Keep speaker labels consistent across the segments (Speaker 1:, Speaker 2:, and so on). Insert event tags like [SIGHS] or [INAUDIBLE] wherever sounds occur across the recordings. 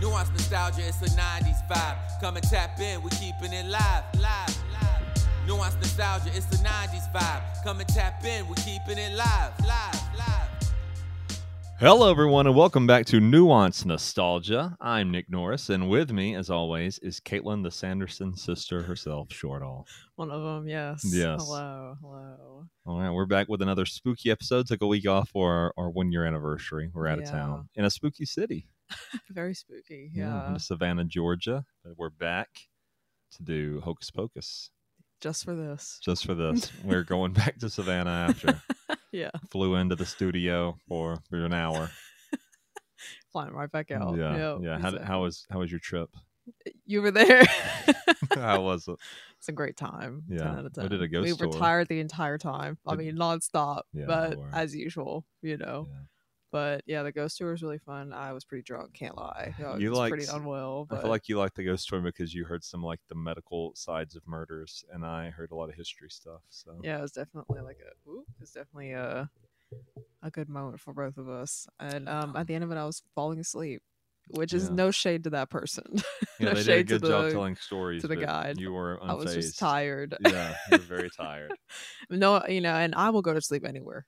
Speaker 1: Nuance nostalgia, it's a 90s vibe. Come and tap in, we keeping it live, live, live. Nuance nostalgia, it's a 90s vibe. Come and tap in, we keeping it live, live, live.
Speaker 2: Hello, everyone, and welcome back to Nuance Nostalgia. I'm Nick Norris, and with me, as always, is Caitlin, the Sanderson sister herself, Shortall.
Speaker 3: One of them, yes.
Speaker 2: Yes.
Speaker 3: Hello, hello. [LAUGHS]
Speaker 2: All right, we're back with another spooky episode. Took a week off for our, our one year anniversary. We're out of
Speaker 3: Yeah.
Speaker 2: town in a spooky city,
Speaker 3: Very spooky.
Speaker 2: in
Speaker 3: Yeah.
Speaker 2: Savannah, Georgia. But We're back to do Hocus Pocus
Speaker 3: Just for this.
Speaker 2: just for
Speaker 3: [LAUGHS]
Speaker 2: this. we're going back to Savannah after.
Speaker 3: Yeah.
Speaker 2: Flew into the studio for, for an hour.
Speaker 3: Flying right back out.
Speaker 2: yeah,
Speaker 3: Yep,
Speaker 2: yeah. How, did-
Speaker 3: exactly.
Speaker 2: how was how was your trip?
Speaker 3: [LAUGHS]
Speaker 2: [LAUGHS]
Speaker 3: you were there? [LAUGHS]
Speaker 2: how was it?
Speaker 3: it's a great time. 10
Speaker 2: Yeah,
Speaker 3: out of
Speaker 2: we did a
Speaker 3: 10. we
Speaker 2: ghost
Speaker 3: were
Speaker 2: tour.
Speaker 3: tired the entire time. I
Speaker 2: Did-
Speaker 3: mean, nonstop,
Speaker 2: Yeah, we
Speaker 3: but
Speaker 2: were.
Speaker 3: as usual, you know.
Speaker 2: Yeah.
Speaker 3: But yeah, the ghost tour was really fun. I was pretty drunk,
Speaker 2: [SIGHS]
Speaker 3: can't lie. I
Speaker 2: You
Speaker 3: was pretty
Speaker 2: liked-
Speaker 3: unwell. But
Speaker 2: I feel like you like the ghost story because you heard some like the medical sides of murders, and I heard a lot of history stuff. So
Speaker 3: yeah, it was definitely like a ooh, it was definitely a a good moment for both of us. And um at the end of it I was falling asleep, which is
Speaker 2: Yeah.
Speaker 3: no shade to that person. [LAUGHS]
Speaker 2: Yeah,
Speaker 3: No
Speaker 2: they did a
Speaker 3: shade to
Speaker 2: good job
Speaker 3: the-
Speaker 2: telling stories
Speaker 3: to the
Speaker 2: but
Speaker 3: guide.
Speaker 2: You were unfazed.
Speaker 3: I was just tired.
Speaker 2: yeah, you were very
Speaker 3: [LAUGHS]
Speaker 2: tired.
Speaker 3: No, you know, and I will go to sleep anywhere.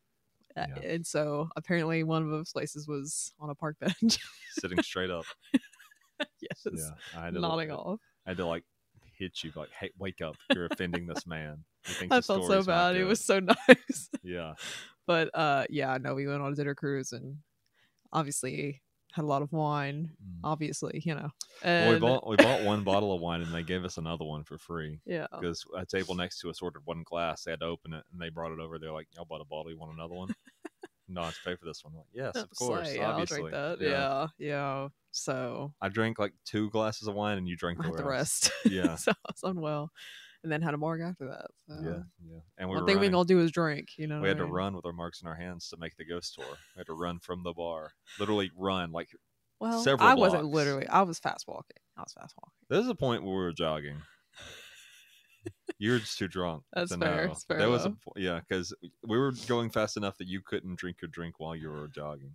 Speaker 3: Uh,
Speaker 2: Yeah.
Speaker 3: And so apparently one of those places was on a park bench. [LAUGHS]
Speaker 2: Sitting straight up.
Speaker 3: yes.
Speaker 2: Yeah, I had to,
Speaker 3: Nodding
Speaker 2: I,
Speaker 3: off.
Speaker 2: had to like hit you, like, hey, wake up! You're offending this man.
Speaker 3: [LAUGHS]
Speaker 2: He thinks
Speaker 3: I
Speaker 2: his
Speaker 3: felt so
Speaker 2: story's not
Speaker 3: bad. It
Speaker 2: good."
Speaker 3: was so [LAUGHS] nice. [LAUGHS]
Speaker 2: Yeah,
Speaker 3: but uh yeah, no, we went on a dinner cruise and obviously had a lot of wine.
Speaker 2: Mm.
Speaker 3: Obviously, you know.
Speaker 2: well, we
Speaker 3: And
Speaker 2: bought we bought one bottle of wine, and they gave us another one for free.
Speaker 3: yeah.
Speaker 2: because a table next to us ordered one glass. They had to open it, and they brought it over. They're like, "Y'all bought a bottle. You want another one?" no, I have to pay for this one. I'm like, yes, of
Speaker 3: It's
Speaker 2: course,
Speaker 3: like,
Speaker 2: obviously.
Speaker 3: I'll drink that. Yeah, yeah. So
Speaker 2: I drank like two glasses of wine, and you drank
Speaker 3: I
Speaker 2: the
Speaker 3: had the
Speaker 2: rest.
Speaker 3: rest. [LAUGHS]
Speaker 2: Yeah.
Speaker 3: so I was unwell, and then had a morgue after that. So.
Speaker 2: yeah, yeah. And we
Speaker 3: One
Speaker 2: were
Speaker 3: thing we
Speaker 2: running.
Speaker 3: gonna do is drink. You know.
Speaker 2: we
Speaker 3: what I
Speaker 2: had to
Speaker 3: mean?
Speaker 2: run with our marks in our hands to make the ghost tour. We had to run from the bar, literally run. Like
Speaker 3: Well,
Speaker 2: several
Speaker 3: I wasn't
Speaker 2: blocks.
Speaker 3: literally. I was fast walking. I was fast walking.
Speaker 2: there's a point where we were jogging. You're just too drunk.
Speaker 3: [LAUGHS] That's
Speaker 2: to
Speaker 3: fair,
Speaker 2: know.
Speaker 3: it's fair,
Speaker 2: There was a
Speaker 3: though.
Speaker 2: po- yeah, because we were going fast enough that you couldn't drink your drink while you were jogging.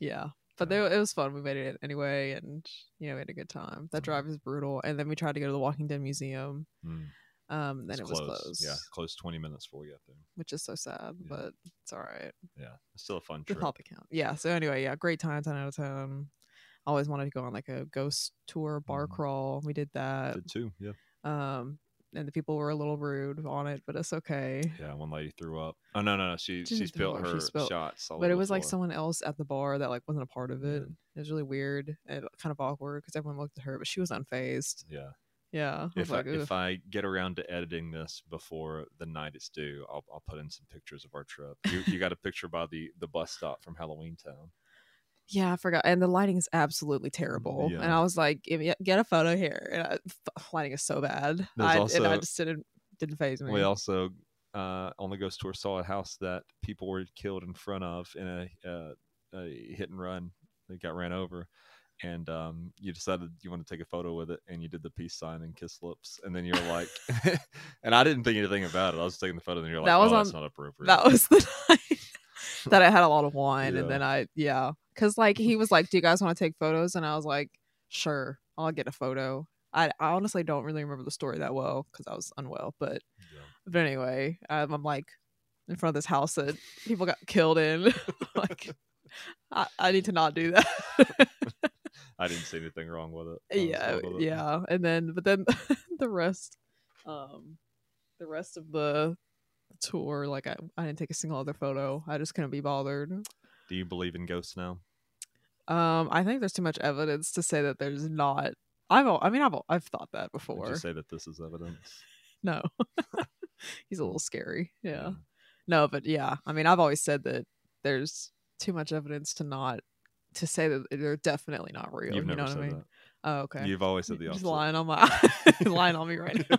Speaker 3: Yeah. But
Speaker 2: Yeah.
Speaker 3: they, it was fun. We made it anyway, and you know we had a good time. That
Speaker 2: Mhm.
Speaker 3: drive is brutal, and then we tried to go to the Walking Dead museum.
Speaker 2: Mm.
Speaker 3: Um,
Speaker 2: It's
Speaker 3: then it was
Speaker 2: close.
Speaker 3: closed,
Speaker 2: Yeah, closed 20 minutes before we got there.
Speaker 3: which is so sad,
Speaker 2: Yeah.
Speaker 3: but it's all right.
Speaker 2: Yeah, it's still a fun
Speaker 3: the
Speaker 2: trip.
Speaker 3: pop account. Yeah. So anyway, yeah, great time, ten out of ten. I Always wanted to go on like a ghost tour, bar
Speaker 2: Mhm.
Speaker 3: crawl. We did that.
Speaker 2: Did too. Yeah,
Speaker 3: Um, and the people were a little rude on it, but it's okay.
Speaker 2: yeah. One lady threw up. Oh no, no, no. She
Speaker 3: She
Speaker 2: she
Speaker 3: didn't
Speaker 2: spilled
Speaker 3: throw up, she
Speaker 2: her
Speaker 3: spilled-
Speaker 2: shots. Oh, All
Speaker 3: But
Speaker 2: over
Speaker 3: it
Speaker 2: the
Speaker 3: was like
Speaker 2: floor.
Speaker 3: someone else at the bar that like wasn't a part of it.
Speaker 2: Mhm.
Speaker 3: It was really weird and kind of awkward because everyone looked at her, but she was unfazed.
Speaker 2: Yeah.
Speaker 3: Yeah. I was
Speaker 2: If
Speaker 3: like,
Speaker 2: I
Speaker 3: "Ugh."
Speaker 2: if I get around to editing this before the night is due, I'll I'll put in some pictures of our trip. You you got a picture by the the bus stop from Halloween Town.
Speaker 3: yeah, I forgot. And the lighting is absolutely terrible. And
Speaker 2: Mm, Yeah.
Speaker 3: I was like, "Give me- get a photo here. And I, f- lighting is so bad.
Speaker 2: There's
Speaker 3: I, and I
Speaker 2: also-
Speaker 3: just didn't didn't phase me.
Speaker 2: We also uh, on the ghost tour saw a house that people were killed in front of in a, uh, a hit and run. They got ran over, and um, you decided you want to take a photo with it, and you did the peace sign and kiss lips, and then you were like, [LAUGHS] and I didn't think anything about it. I was just taking the photo, and you're like,
Speaker 3: That was
Speaker 2: oh, that's
Speaker 3: on-
Speaker 2: not appropriate.
Speaker 3: that was [LAUGHS] the night that I had a lot of wine,
Speaker 2: Yeah.
Speaker 3: and then I yeah, because like he was like, "Do you guys want to take photos?" And I was like, "Sure, I'll get a photo." I, I honestly don't really remember the story that well because I was unwell, but
Speaker 2: [LAUGHS] Yeah.
Speaker 3: but anyway, um, I'm like in front of this house that people got killed in. [LAUGHS] like, I, I need to not do that. [LAUGHS]
Speaker 2: I didn't see anything wrong with it. I was
Speaker 3: yeah,
Speaker 2: cool with it.
Speaker 3: yeah, and then but then [LAUGHS] the rest, um, the rest of the tour, like I, I didn't take a single other photo. I just couldn't be bothered.
Speaker 2: Do you believe in ghosts now?
Speaker 3: Um, I think there's too much evidence to say that there's not. I've, al- I mean, I've, al- I've thought that
Speaker 2: Would
Speaker 3: before.
Speaker 2: you say that this is evidence?
Speaker 3: No, [LAUGHS] he's a
Speaker 2: Mm.
Speaker 3: little scary. Yeah. No, but yeah, I mean, I've always said that there's too much evidence to not to say that they're definitely not real.
Speaker 2: You've never
Speaker 3: you know what
Speaker 2: said
Speaker 3: I mean?
Speaker 2: that.
Speaker 3: Oh, okay.
Speaker 2: You've always said the
Speaker 3: You're just
Speaker 2: opposite.
Speaker 3: lying
Speaker 2: [LAUGHS]
Speaker 3: on my [LAUGHS] lying on me right now.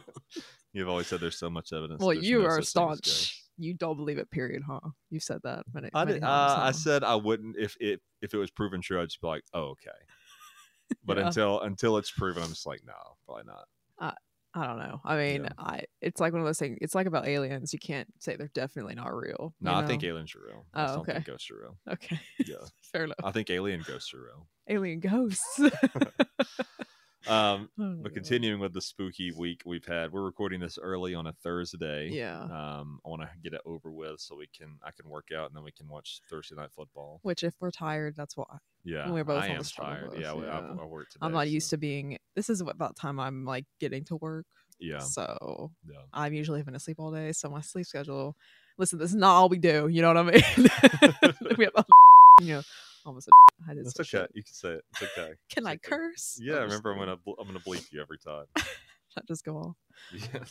Speaker 2: You've always said there's so much evidence.
Speaker 3: well,
Speaker 2: there's
Speaker 3: you
Speaker 2: no
Speaker 3: are
Speaker 2: such thing as
Speaker 3: staunch. You don't believe it, period, huh? You've said that many,
Speaker 2: I
Speaker 3: many
Speaker 2: did.
Speaker 3: times
Speaker 2: Uh, I
Speaker 3: now.
Speaker 2: said I wouldn't if it if it was proven true. I'd just
Speaker 3: [LAUGHS]
Speaker 2: be like, oh okay. But
Speaker 3: Yeah.
Speaker 2: until until it's proven, I'm just like, no, probably not.
Speaker 3: I don't know. I mean,
Speaker 2: Yeah.
Speaker 3: I it's like one of those things. It's like about aliens. You can't say they're definitely not real.
Speaker 2: No,
Speaker 3: you
Speaker 2: I think
Speaker 3: know?
Speaker 2: aliens are real. I
Speaker 3: Oh,
Speaker 2: just don't think
Speaker 3: okay.
Speaker 2: ghosts are
Speaker 3: [LAUGHS]
Speaker 2: real.
Speaker 3: Okay.
Speaker 2: Yeah.
Speaker 3: Fair enough.
Speaker 2: I think alien ghosts are real. [LAUGHS]
Speaker 3: Alien ghosts.
Speaker 2: Um,
Speaker 3: Oh,
Speaker 2: but
Speaker 3: God.
Speaker 2: continuing with the spooky week we've had, we're recording this early on a Thursday.
Speaker 3: Yeah.
Speaker 2: Um, I want to get it over with so we can I can work out and then we can watch Thursday night football.
Speaker 3: Which, if we're tired, that's why.
Speaker 2: Yeah,
Speaker 3: we're both
Speaker 2: I
Speaker 3: on
Speaker 2: am
Speaker 3: the struggle
Speaker 2: tired.
Speaker 3: bus,
Speaker 2: Yeah, we- I,
Speaker 3: yeah.
Speaker 2: I worked today.
Speaker 3: I'm not used to being. This is what- about time I'm like getting to work.
Speaker 2: Yeah,
Speaker 3: So
Speaker 2: yeah.
Speaker 3: I'm usually having to sleep all day. So my sleep schedule. Listen, this is not all we do. You know what I mean? [LAUGHS] we have a. You know, almost. A, [LAUGHS] I did
Speaker 2: That's
Speaker 3: some
Speaker 2: okay.
Speaker 3: shit.
Speaker 2: You can say it. It's okay.
Speaker 3: Can
Speaker 2: It's
Speaker 3: I
Speaker 2: okay.
Speaker 3: curse?
Speaker 2: [LAUGHS] Yeah,
Speaker 3: I'm just
Speaker 2: remember I'm
Speaker 3: kidding.
Speaker 2: gonna bl- I'm gonna bleep you every
Speaker 3: [LAUGHS]
Speaker 2: time.
Speaker 3: Just go off.
Speaker 2: Yeah.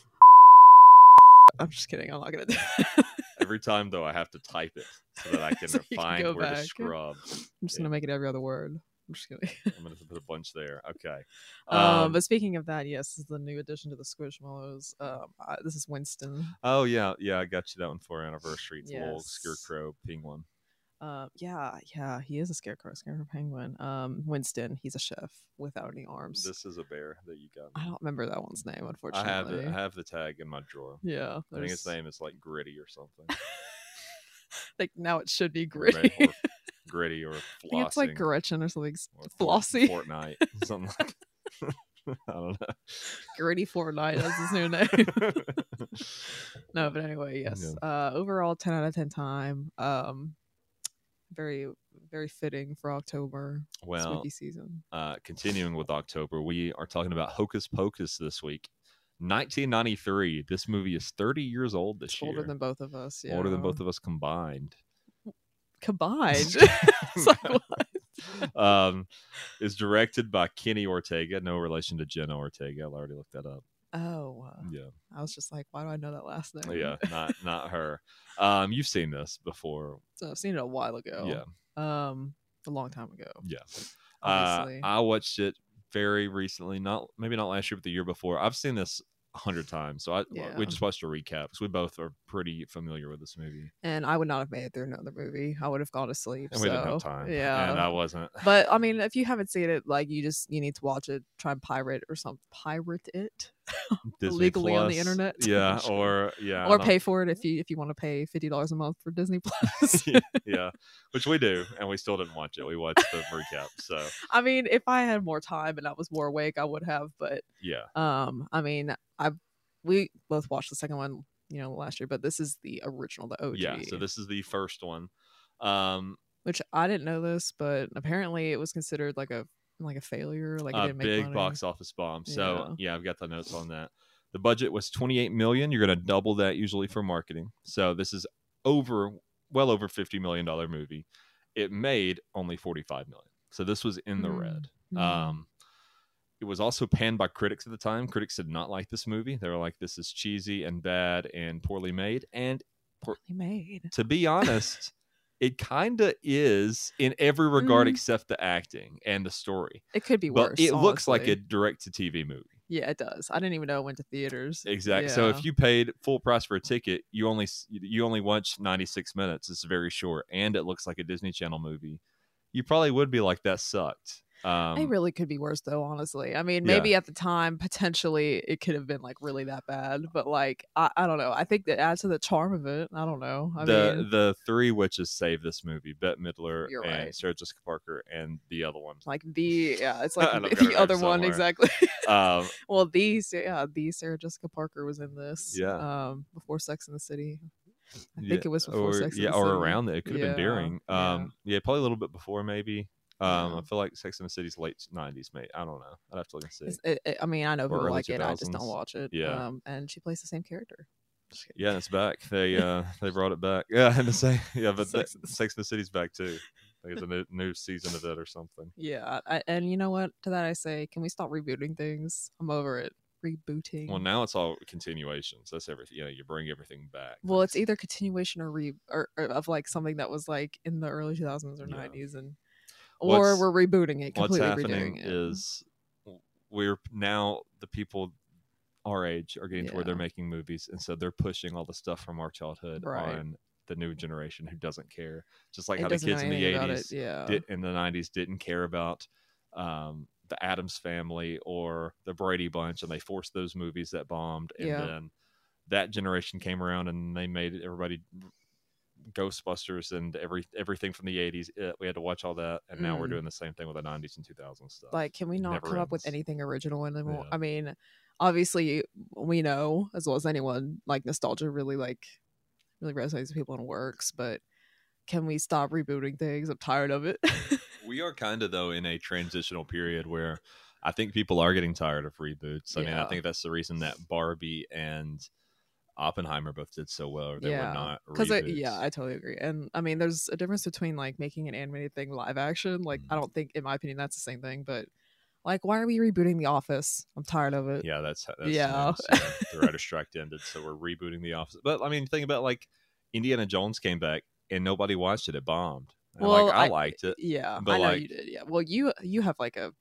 Speaker 3: I'm just kidding. I'm not gonna. do [LAUGHS]
Speaker 2: Every time though, I have to type it so that I can
Speaker 3: So you can
Speaker 2: find
Speaker 3: go
Speaker 2: where
Speaker 3: back.
Speaker 2: to scrub.
Speaker 3: I'm just gonna make it every other word. I'm just kidding.
Speaker 2: I'm gonna put a bunch there. Okay.
Speaker 3: [LAUGHS]
Speaker 2: [LAUGHS]
Speaker 3: Um,
Speaker 2: Um,
Speaker 3: but speaking of that, yes, this is the new addition to the Squishmallows. Um, I, this is Winston.
Speaker 2: oh yeah, yeah. I got you that one for our anniversary. It's a little
Speaker 3: Yes.
Speaker 2: scarecrow penguin.
Speaker 3: Um, yeah, yeah, he is a scarecrow, scarecrow penguin. Um, Winston, he's a chef without any arms.
Speaker 2: This is a bear that you got.
Speaker 3: I don't remember that one's name,
Speaker 2: I
Speaker 3: unfortunately.
Speaker 2: have the I have the tag in my drawer.
Speaker 3: yeah,
Speaker 2: I think its
Speaker 3: there's-
Speaker 2: name is like gritty or
Speaker 3: [LAUGHS]
Speaker 2: something.
Speaker 3: Like now it should be
Speaker 2: Or
Speaker 3: gritty.
Speaker 2: Red- or gritty or flossing.
Speaker 3: [LAUGHS] I think it's like Gretchen or something. s-
Speaker 2: or Fort-
Speaker 3: Flossy,
Speaker 2: Fortnite. [LAUGHS] Something like [LAUGHS] I don't
Speaker 3: [LAUGHS] gritty Fortnite. That's
Speaker 2: [LAUGHS]
Speaker 3: his new name. [LAUGHS]
Speaker 2: know.
Speaker 3: No, but anyway, yes. Uh, overall, ten out of ten time. Um, very, very fitting for October
Speaker 2: well,
Speaker 3: spooky season.
Speaker 2: uh, continuing with October, we are talking about Hocus Pocus this week. 1993. This movie is 30 years old this
Speaker 3: It's
Speaker 2: year.
Speaker 3: older than both of us. Yeah.
Speaker 2: Older than both of us
Speaker 3: [LAUGHS]
Speaker 2: combined.
Speaker 3: combined. [LAUGHS]
Speaker 2: [LAUGHS]
Speaker 3: it's like what?
Speaker 2: um, is directed by Kenny Ortega. No relation to Jenna Ortega. I already looked that up.
Speaker 3: Oh, wow.
Speaker 2: Yeah,
Speaker 3: I was just like, why do I know that last name?
Speaker 2: yeah, not not her. Um, you've seen this
Speaker 3: [LAUGHS]
Speaker 2: before.
Speaker 3: So I've seen it a while ago.
Speaker 2: Yeah,
Speaker 3: Um, a long time ago.
Speaker 2: yeah. Uh,
Speaker 3: Obviously.
Speaker 2: I watched it very recently. Not maybe not last year, but the year before. I've seen this a hundred times. So I
Speaker 3: Yeah.
Speaker 2: we just watched a recap because we both are pretty familiar with this movie,
Speaker 3: and I would not have made it through another movie. I would have gone to sleep.
Speaker 2: and we didn't have
Speaker 3: so,
Speaker 2: time.
Speaker 3: Yeah.
Speaker 2: and I wasn't.
Speaker 3: but I mean, if you haven't seen it, like you just you need to watch it, try and pirate or something, pirate it,
Speaker 2: [LAUGHS] Disney
Speaker 3: legally on the internet. [LAUGHS]
Speaker 2: Yeah, or yeah,
Speaker 3: or
Speaker 2: and I'm- [LAUGHS]
Speaker 3: pay for it if you if you want to pay fifty dollars a month for Disney
Speaker 2: [LAUGHS]
Speaker 3: Plus.
Speaker 2: yeah, which we do, and we still didn't watch it. We watched the recap. So
Speaker 3: I mean, if I had more time and I was more awake, I would have. But [LAUGHS]
Speaker 2: yeah,
Speaker 3: um, I mean, I we both watched the second one, you know, last year, but this is the original, the OG.
Speaker 2: yeah. So this is the first one. Um,
Speaker 3: which I didn't know this, but apparently it was considered like a like a failure, like it
Speaker 2: a
Speaker 3: didn't make
Speaker 2: big
Speaker 3: money.
Speaker 2: box office bomb. So yeah. I've got the notes on that. The budget was 28 million. You're going to double that usually for marketing. So this is over, well over 50 million dollar movie. It made only 45 million. So this was in the
Speaker 3: Hmm.
Speaker 2: red.
Speaker 3: Mhm.
Speaker 2: Um, it was also panned by critics at the time. Critics did not like this movie. They were like, "This is cheesy and bad and poorly made." And
Speaker 3: They made.
Speaker 2: to be
Speaker 3: [LAUGHS]
Speaker 2: honest, it kind of is in every regard
Speaker 3: Mm.
Speaker 2: except the acting and the story.
Speaker 3: It could be
Speaker 2: but
Speaker 3: worse.
Speaker 2: it looks like
Speaker 3: honestly.
Speaker 2: a direct to TV movie.
Speaker 3: Yeah, it does. I didn't even know it went to theaters.
Speaker 2: Exactly. So
Speaker 3: Yeah.
Speaker 2: if you paid full price for a ticket, you only s- you only watch 96 minutes. It's very short and it looks like a Disney Channel movie. You probably would be like that sucked. Um
Speaker 3: it really could be worse though, honestly. I mean,
Speaker 2: Yeah.
Speaker 3: maybe at the time, potentially it could have been like really that bad, but like I, I don't know. I think that adds to the charm of it. I don't know. I
Speaker 2: the
Speaker 3: mean,
Speaker 2: the three witches save this movie: Bette Midler
Speaker 3: You're
Speaker 2: and
Speaker 3: right.
Speaker 2: Sarah Jessica Parker, and the other one.
Speaker 3: like [LAUGHS] the
Speaker 2: [LAUGHS]
Speaker 3: yeah, it's
Speaker 2: I
Speaker 3: [LAUGHS]
Speaker 2: don't
Speaker 3: like the,
Speaker 2: got her
Speaker 3: the other
Speaker 2: name
Speaker 3: one
Speaker 2: somewhere.
Speaker 3: exactly. [LAUGHS]
Speaker 2: Um,
Speaker 3: well, the Sa- yeah, the Sarah Jessica Parker was in this.
Speaker 2: Yeah.
Speaker 3: um, before Sex in the City. I
Speaker 2: Yeah,
Speaker 3: think it was before
Speaker 2: or,
Speaker 3: Sex and
Speaker 2: yeah,
Speaker 3: the
Speaker 2: or
Speaker 3: City.
Speaker 2: around that. It could have been
Speaker 3: Yeah,
Speaker 2: during.
Speaker 3: yeah.
Speaker 2: Um, yeah. probably a little bit before, maybe. Um,
Speaker 3: Yeah.
Speaker 2: I feel like Sex and the City's late '90s, mate. I don't know. I'd have to look and see.
Speaker 3: It's- It, it- I mean, I know
Speaker 2: early
Speaker 3: people like it. I
Speaker 2: 2000s.
Speaker 3: just don't watch it.
Speaker 2: Yeah.
Speaker 3: Um, and she plays the same character. Just kidding.
Speaker 2: Yeah, and it's back.
Speaker 3: [LAUGHS]
Speaker 2: They uh they brought it back. Yeah, and the same. [LAUGHS] Yeah, but
Speaker 3: Sex
Speaker 2: Sex, Sex and the City's back too. I think it's a
Speaker 3: [LAUGHS]
Speaker 2: new, new season of it or something.
Speaker 3: Yeah. I, and you know what? To that I say, can we stop rebooting things? I'm over it. Rebooting.
Speaker 2: Well, now it's all continuations. That's everything. You know, you bring everything back.
Speaker 3: Well, it's
Speaker 2: That's-
Speaker 3: either continuation or re or, or of like something that was like in the early 2000s or
Speaker 2: Yeah.
Speaker 3: 90s, and or
Speaker 2: What's-
Speaker 3: we're rebooting it
Speaker 2: what's
Speaker 3: completely.
Speaker 2: happening
Speaker 3: redoing it.
Speaker 2: is we're now the people our age are getting to where they're
Speaker 3: Yeah.
Speaker 2: making movies, and so they're pushing all the stuff from our childhood
Speaker 3: Right.
Speaker 2: on the new generation who doesn't care. Just like
Speaker 3: It
Speaker 2: how the
Speaker 3: doesn't know
Speaker 2: kids in the
Speaker 3: Uh-huh. anything about
Speaker 2: '80s
Speaker 3: it, Yeah.
Speaker 2: did, in the '90s didn't care about um, the Adams Family or the Brady Bunch, and they forced those movies that bombed, and
Speaker 3: Yeah.
Speaker 2: then that generation came around and they made everybody Ghostbusters and every everything from the '80s. uh, We had to watch all that, and now we're
Speaker 3: Mm.
Speaker 2: doing the same thing with the '90s and 2000s stuff.
Speaker 3: like can we not
Speaker 2: never
Speaker 3: come up with
Speaker 2: ends.
Speaker 3: anything original anymore
Speaker 2: Yeah.
Speaker 3: i mean obviously we know as well as anyone like nostalgia really like really resonates with people and works but can we stop rebooting things i'm tired of it [LAUGHS]
Speaker 2: we are kind of though in a transitional period where I think people are getting tired of reboots. I mean, I
Speaker 3: Yeah.
Speaker 2: think that's the reason that Barbie and Oppenheimer both did so well. Or they
Speaker 3: Yeah.
Speaker 2: were not
Speaker 3: because
Speaker 2: reboots.
Speaker 3: yeah i totally agree and i mean there's a difference between like making an animated thing live action like i
Speaker 2: Mhm.
Speaker 3: don't think in my opinion that's the same thing but like why are we rebooting the office i'm tired of it
Speaker 2: yeah, that's, that's
Speaker 3: Uh, Yeah.
Speaker 2: yeah.
Speaker 3: [LAUGHS]
Speaker 2: the writer strike ended, so we're rebooting the office. But I mean, think about like Indiana Jones came back and nobody watched it; it bombed. And,
Speaker 3: Well,
Speaker 2: like I,
Speaker 3: I-
Speaker 2: liked it.
Speaker 3: yeah
Speaker 2: But,
Speaker 3: i know
Speaker 2: like-
Speaker 3: you did yeah well you you have like a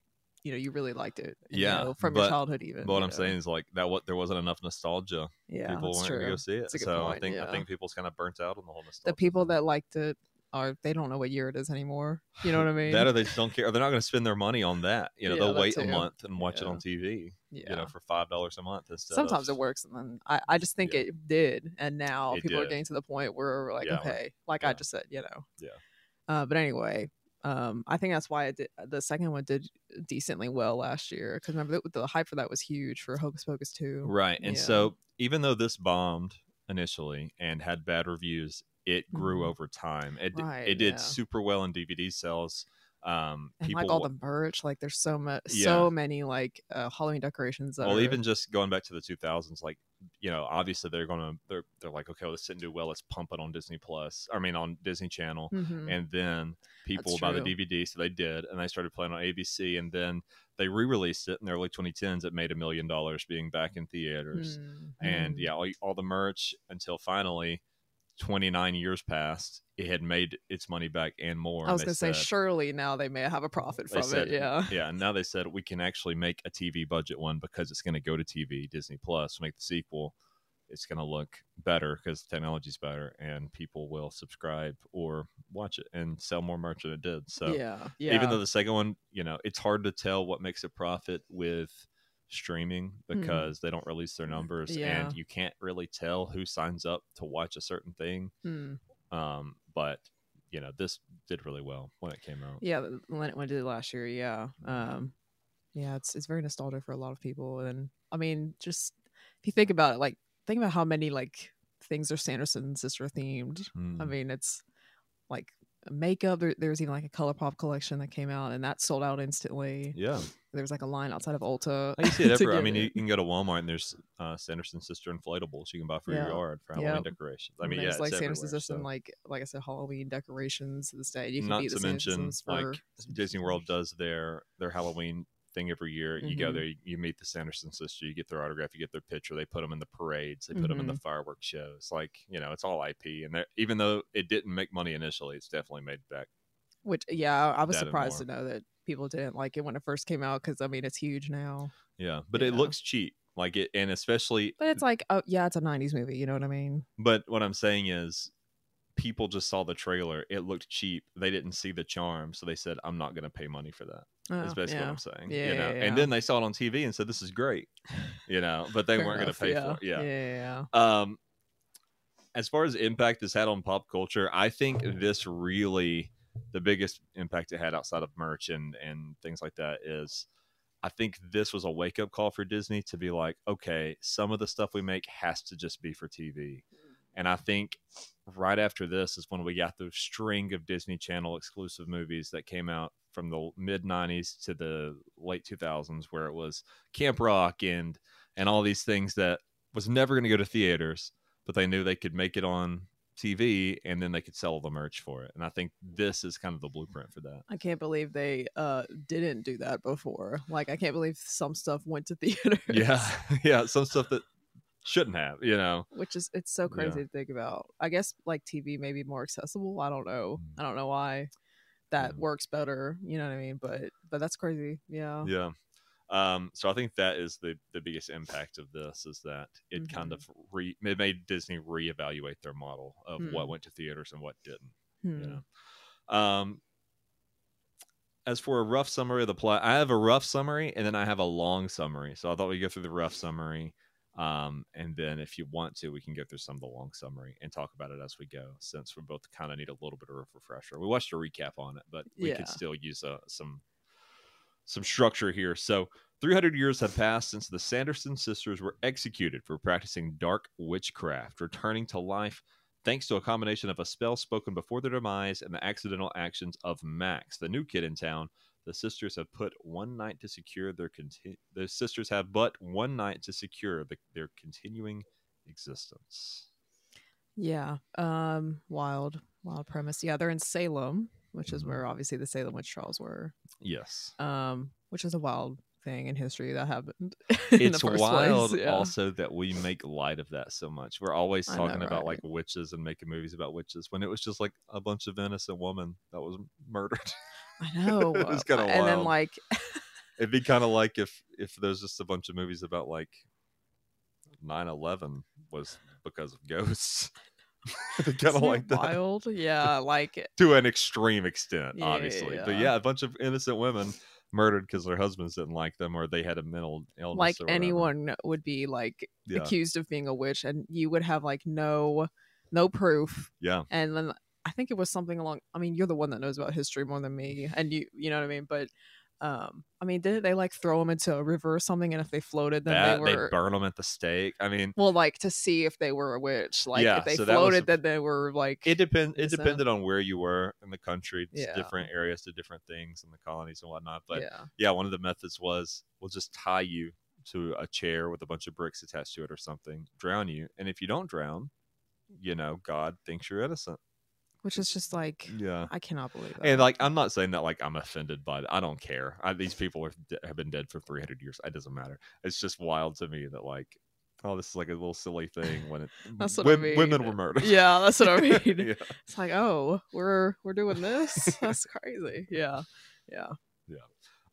Speaker 3: you know you really liked it you
Speaker 2: Yeah,
Speaker 3: know, from your
Speaker 2: but-
Speaker 3: childhood even
Speaker 2: But what
Speaker 3: you
Speaker 2: I'm
Speaker 3: know.
Speaker 2: saying is like that. What there wasn't enough nostalgia.
Speaker 3: yeah
Speaker 2: people
Speaker 3: that's
Speaker 2: weren't
Speaker 3: true.
Speaker 2: to go see it.
Speaker 3: That's a good
Speaker 2: So I
Speaker 3: point,
Speaker 2: think I
Speaker 3: yeah.
Speaker 2: think people's kind of burnt out on the whole nostalgia.
Speaker 3: the people
Speaker 2: thing.
Speaker 3: that liked it are they don't know what year it is anymore. You know what I
Speaker 2: [LAUGHS]
Speaker 3: mean?
Speaker 2: that or
Speaker 3: [LAUGHS]
Speaker 2: they just don't care. They're not going to spend their money on that. You know,
Speaker 3: Yeah,
Speaker 2: they'll
Speaker 3: that
Speaker 2: wait a
Speaker 3: too.
Speaker 2: month and watch it
Speaker 3: Yeah.
Speaker 2: on TV.
Speaker 3: yeah.
Speaker 2: You know, for five dollars a month instead.
Speaker 3: Sometimes
Speaker 2: of,
Speaker 3: it works, and then I, I just think
Speaker 2: Yeah.
Speaker 3: it did, and now
Speaker 2: It
Speaker 3: people are
Speaker 2: did.
Speaker 3: getting to the point where we're like,
Speaker 2: Yeah, like-
Speaker 3: okay, like I
Speaker 2: yeah.
Speaker 3: just said, you know.
Speaker 2: Yeah.
Speaker 3: Uh, but anyway, um, I think that's why it did, the second one did decently well last year because remember the, the hype for that was huge for Hocus Pocus two.
Speaker 2: Right, and
Speaker 3: Yeah.
Speaker 2: so even though this bombed initially and had bad reviews, it grew
Speaker 3: Mhm.
Speaker 2: over time. It
Speaker 3: Right,
Speaker 2: it did
Speaker 3: yeah.
Speaker 2: super well in DVD sales. Um,
Speaker 3: And
Speaker 2: people
Speaker 3: like all
Speaker 2: wa-
Speaker 3: the merch, like there's so much,
Speaker 2: Yeah.
Speaker 3: so many like uh, Halloween decorations. That
Speaker 2: well,
Speaker 3: are,
Speaker 2: even just going back to the 2000s, like you know, obviously they're gonna they're they're like, okay, well, this didn't do well. Let's pump it on Disney Plus. I mean, on Disney Channel.
Speaker 3: Mhm.
Speaker 2: and then people buy the
Speaker 3: true.
Speaker 2: DVD, so they did, and they started playing on ABC, and then they re-released it in the early 2010s. It made a million dollars being back in theaters, and
Speaker 3: Mhm.
Speaker 2: yeah, all, all the merch until finally, 29 years passed, it had made its money back and more.
Speaker 3: I was
Speaker 2: and
Speaker 3: gonna
Speaker 2: they
Speaker 3: say
Speaker 2: said-
Speaker 3: surely now they may have a profit
Speaker 2: they
Speaker 3: from
Speaker 2: said-
Speaker 3: it. Yeah.
Speaker 2: yeah. And now they said we can actually make a TV budget one because it's going to go to TV, Disney Plus, make the sequel. It's going to look better because the technology's better, and people will subscribe or watch it and sell more merch than it did. So
Speaker 3: yeah, yeah.
Speaker 2: even though the second one, you know, it's hard to tell what makes a profit with streaming because they don't release their numbers
Speaker 3: Mm-hmm. Yeah.
Speaker 2: and you can't really tell who signs up to watch a certain thing.
Speaker 3: Hmm.
Speaker 2: Um, but you know, this did really well when it came out.
Speaker 3: yeah, the- when it when it did last year, yeah, um, yeah, it's it's very nostalgic for a lot of people, and I mean, just if you think about it, like think about how many like things are Sanderson and sister themed.
Speaker 2: Mm.
Speaker 3: I mean, it's like makeup. There, there was even like a ColourPop collection that came out, and that sold out instantly. [LAUGHS]
Speaker 2: yeah.
Speaker 3: There was like a line outside of Ulta.
Speaker 2: I can see it
Speaker 3: to
Speaker 2: everywhere. I
Speaker 3: get
Speaker 2: mean, you
Speaker 3: it.
Speaker 2: can go to Walmart and there's uh, Sanderson sister inflatables you can buy for
Speaker 3: Yeah.
Speaker 2: your yard for Halloween
Speaker 3: Yep.
Speaker 2: decorations. I
Speaker 3: And
Speaker 2: mean, yeah,
Speaker 3: there's
Speaker 2: it's
Speaker 3: like
Speaker 2: everywhere,
Speaker 3: Sanderson sister,
Speaker 2: so.
Speaker 3: like like I said, Halloween decorations to this day. You can
Speaker 2: Not
Speaker 3: beat
Speaker 2: to
Speaker 3: the
Speaker 2: mention,
Speaker 3: Sandersons
Speaker 2: like
Speaker 3: for-
Speaker 2: Disney World does their their Halloween thing every year. You go
Speaker 3: Mhm.
Speaker 2: there, you, you meet the Sanderson sister, you get their autograph, you get their picture. They put them in the parades, they put them in
Speaker 3: Mm-hmm.
Speaker 2: the fireworks shows. Like you know, it's all IP. And they're- even though it didn't make money initially, it's definitely made back.
Speaker 3: Which yeah, I was
Speaker 2: that and
Speaker 3: surprised to know that people didn't like it when it first came out because I mean it's huge now.
Speaker 2: Yeah, but it
Speaker 3: Yeah.
Speaker 2: looks cheap. Like it, and especially
Speaker 3: But it's like oh yeah, it's a '90s movie. You know what I mean?
Speaker 2: But what I'm saying is, people just saw the trailer. It looked cheap. They didn't see the charm, so they said, "I'm not going to pay money for that." That's
Speaker 3: Oh,
Speaker 2: basically
Speaker 3: yeah.
Speaker 2: what I'm saying.
Speaker 3: Yeah,
Speaker 2: you know?
Speaker 3: yeah, yeah.
Speaker 2: And then they saw it on TV and said, "This is great," you know. But they
Speaker 3: [LAUGHS] Fair
Speaker 2: weren't going
Speaker 3: enough,
Speaker 2: to pay for it.
Speaker 3: yeah,
Speaker 2: Yeah.
Speaker 3: yeah,
Speaker 2: Um, as far as impact this had on pop culture, I think this really the biggest impact it had outside of merch and and things like that is. I think this was a wake up call for Disney to be like, okay, some of the stuff we make has to just be for TV. And I think right after this is when we got the string of Disney Channel exclusive movies that came out from the mid 90s to the late 2000s, where it was Camp Rock and and all these things that was never going to go to theaters, but they knew they could make it on TV and then they could sell the merch for it. And I think this is kind of the blueprint for that.
Speaker 3: I can't believe they uh didn't do that before. Like I can't believe some stuff went to [LAUGHS] theaters.
Speaker 2: Yeah. [LAUGHS] yeah. Some stuff that shouldn't have, you know.
Speaker 3: which is it's so
Speaker 2: Yeah.
Speaker 3: crazy to think about. I guess like TV may be more accessible. I don't know.
Speaker 2: Mm.
Speaker 3: I don't know why that
Speaker 2: Yeah.
Speaker 3: works better. You know what I mean? But but that's crazy. Yeah.
Speaker 2: yeah um so i think that is the the biggest impact of this is that it kind
Speaker 3: Mhm.
Speaker 2: of re it made disney reevaluate their model of
Speaker 3: Hmm.
Speaker 2: what went to theaters and what didn't
Speaker 3: Hmm.
Speaker 2: you know um as for a rough summary of the plot, I have a rough summary and then I have a long summary. So I thought we'd go through the rough summary. Um, and then if you want to, we can go through some of the long summary and talk about it as we go, since we both kind of need a little bit of a refresher. We watched a recap on it, but we
Speaker 3: Yeah.
Speaker 2: could still use uh, some some structure here. So 300 years had passed since the Sanderson sisters were executed for practicing dark witchcraft, returning to life thanks to a combination of a spell spoken before their demise and the accidental actions of Max, the new kid in town. The sisters have put one night to secure their conti- the sisters have but one night to secure the, their continuing existence.
Speaker 3: Yeah. Um wild, wild premise. Yeah, they're in Salem, which is
Speaker 2: Mhm.
Speaker 3: where obviously the Salem witch trials were.
Speaker 2: Yes.
Speaker 3: Um, which is a wild thing in history that happened. [LAUGHS] [LAUGHS] in the
Speaker 2: It's
Speaker 3: first
Speaker 2: wild
Speaker 3: place. Yeah.
Speaker 2: also that we make light of that so much. We're always
Speaker 3: I know,
Speaker 2: talking about
Speaker 3: right?
Speaker 2: like witches and making movies about witches when it was just like a bunch of innocent women that was murdered.
Speaker 3: I know.
Speaker 2: [LAUGHS] It's
Speaker 3: uh,
Speaker 2: kinda
Speaker 3: and then
Speaker 2: wild.
Speaker 3: like [LAUGHS]
Speaker 2: It'd be kind of like if if there's just a bunch of movies about like 9/11 was because of ghosts. [LAUGHS] kind of
Speaker 3: isn't it
Speaker 2: like that [LAUGHS]
Speaker 3: wild. Yeah, like
Speaker 2: to an extreme extent,
Speaker 3: Yeah,
Speaker 2: obviously. But
Speaker 3: yeah.
Speaker 2: yeah, a bunch of innocent women murdered because their husbands didn't like them or they had a mental illness.
Speaker 3: like
Speaker 2: or whatever.
Speaker 3: anyone would be like
Speaker 2: Yeah.
Speaker 3: accused of being a witch and you would have like no no proof
Speaker 2: Yeah.
Speaker 3: and then i think it was something along i mean you're the one that knows about history more than me and you you know what i mean but um i mean didn't they like throw them into a river or something and if they floated then
Speaker 2: That
Speaker 3: they
Speaker 2: they
Speaker 3: were
Speaker 2: burn them at the stake. I mean,
Speaker 3: well like to see if they were a witch like
Speaker 2: Yeah,
Speaker 3: if they
Speaker 2: so that was
Speaker 3: floated
Speaker 2: a-
Speaker 3: then they were like
Speaker 2: it depend it
Speaker 3: Is that-
Speaker 2: depended on where you were in the country It's
Speaker 3: Yeah.
Speaker 2: different areas to different things and the colonies and whatnot but yeah.
Speaker 3: yeah
Speaker 2: one of the methods was we'll just tie you to a chair with a bunch of bricks attached to it or something drown you and if you don't drown you know god thinks you're innocent
Speaker 3: which is just like
Speaker 2: yeah
Speaker 3: i cannot believe that
Speaker 2: Mm. and like [LAUGHS] i'm not saying that like i'm offended by it i don't care I, these people are, d- have been dead for 300 years it doesn't matter it's just wild to me that like oh this is like a little silly thing when it
Speaker 3: That's what I
Speaker 2: wom-
Speaker 3: mean.
Speaker 2: women were murdered
Speaker 3: yeah that's what i mean
Speaker 2: [LAUGHS] yeah.
Speaker 3: it's like oh we're we're doing this [LAUGHS] that's crazy yeah yeah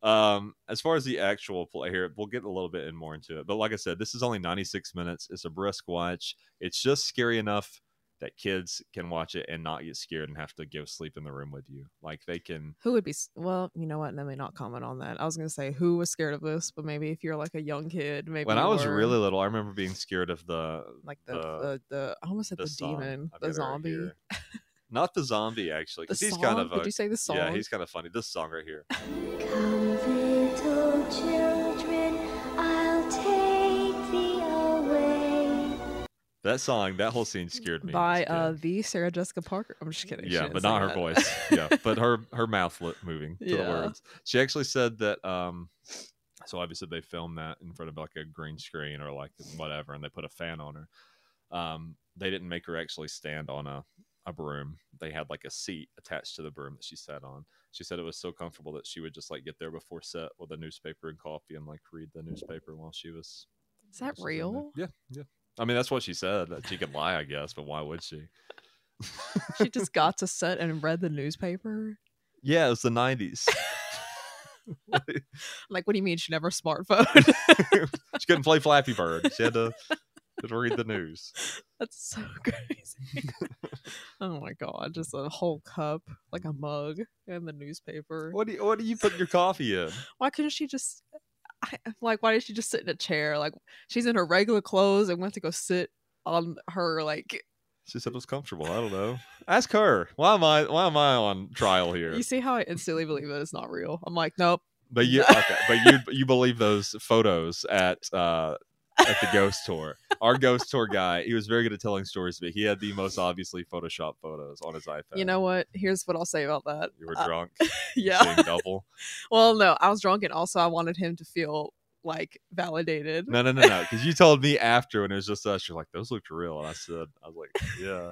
Speaker 2: Um, as far as the actual play here, we'll get a little bit in more into it. But like I said, this is only 96 minutes. It's a brisk watch. It's just scary enough that kids can watch it and not get scared and have to go sleep in the room with you. Like they can.
Speaker 3: Who would be s- well? You know what? Let me not comment on that. I was gonna say who was scared of this, but maybe if you're like a young kid, maybe
Speaker 2: When
Speaker 3: you
Speaker 2: I was
Speaker 3: were,
Speaker 2: really little, I remember being scared of the
Speaker 3: like the
Speaker 2: uh,
Speaker 3: the, the I almost said the,
Speaker 2: song.
Speaker 3: demon,
Speaker 2: I've got it
Speaker 3: the
Speaker 2: right
Speaker 3: zombie,
Speaker 2: here. Not the zombie actually,
Speaker 3: the
Speaker 2: 'cause he's
Speaker 3: song.
Speaker 2: kind of
Speaker 3: Did
Speaker 2: a
Speaker 3: you say the song?
Speaker 2: yeah, he's kind of funny. This song right here.
Speaker 4: Come, little children, I'll take thee away.
Speaker 2: That song, that whole scene scared me. as a
Speaker 3: by uh
Speaker 2: kid.
Speaker 3: the Sarah Jessica Parker. I'm just kidding. she
Speaker 2: yeah
Speaker 3: didn't
Speaker 2: but
Speaker 3: sing
Speaker 2: not her
Speaker 3: that.
Speaker 2: voice
Speaker 3: [LAUGHS]
Speaker 2: yeah but her her mouth li- moving to the
Speaker 3: Yeah.
Speaker 2: words she actually said that um so obviously they filmed that in front of like a green screen or like whatever and they put a fan on her um they didn't make her actually stand on a a broom they had like a seat attached to the broom that she sat on she said it was so comfortable that she would just like get there before set with a newspaper and coffee and like read the newspaper while she was
Speaker 3: Is
Speaker 2: while
Speaker 3: that
Speaker 2: she was in there.
Speaker 3: real?
Speaker 2: yeah yeah i mean that's what she said that she could lie i guess but why would she
Speaker 3: she just got to set and read the newspaper.
Speaker 2: yeah it was the [LAUGHS]
Speaker 3: [LAUGHS]
Speaker 2: 90s
Speaker 3: Like, what do you mean
Speaker 2: [LAUGHS]
Speaker 3: she never smartphone?
Speaker 2: she couldn't play Flappy Bird. She had to, had to read the news.
Speaker 3: That's so [LAUGHS] crazy. oh my god, just a whole cup, like a mug, and the newspaper.
Speaker 2: What do you, what do you put your coffee in?
Speaker 3: why couldn't she just I, like why did she just sit in a chair like she's in her regular clothes and went to go sit on her like
Speaker 2: She said it was comfortable. I don't know. Ask her. Why am I why am I on trial here?
Speaker 3: you see how i instantly believe that it's not real i'm like nope
Speaker 2: But you okay, but you you believe those photos at uh at the ghost tour. Our ghost tour guy, he was very good at telling stories, but he had the most obviously Photoshop photos on his iPad.
Speaker 3: you know what here's what i'll say about that
Speaker 2: You were
Speaker 3: uh,
Speaker 2: drunk.
Speaker 3: [LAUGHS] yeah
Speaker 2: Seeing double.
Speaker 3: well no i was drunk and also i wanted him to feel like validated
Speaker 2: No, no, no, no. Because you told me after when it was just us, you're like, those looked real. And I said, I was like, yeah.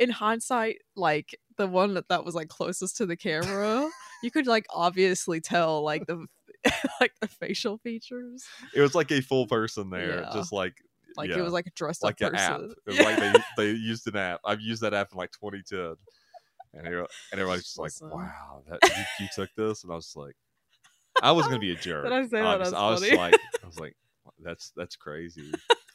Speaker 3: in hindsight like the one that, that was like closest to the camera you could like obviously tell like the [LAUGHS] like the facial features
Speaker 2: It was like a full person there,
Speaker 3: Yeah.
Speaker 2: just like
Speaker 3: like
Speaker 2: Yeah.
Speaker 3: it was like a dressed
Speaker 2: like
Speaker 3: up
Speaker 2: an app.
Speaker 3: [LAUGHS] person
Speaker 2: It was like they, they used an app. I've used that app in like 2010, and, everyone- and everybody's just like,
Speaker 3: Awesome.
Speaker 2: "Wow, that you, you took this," and I was like, "I was gonna be
Speaker 3: [LAUGHS]
Speaker 2: a jerk."
Speaker 3: I say that?
Speaker 2: obviously.
Speaker 3: That's
Speaker 2: I was
Speaker 3: funny.
Speaker 2: like, "I was like, that's that's crazy."
Speaker 3: [LAUGHS]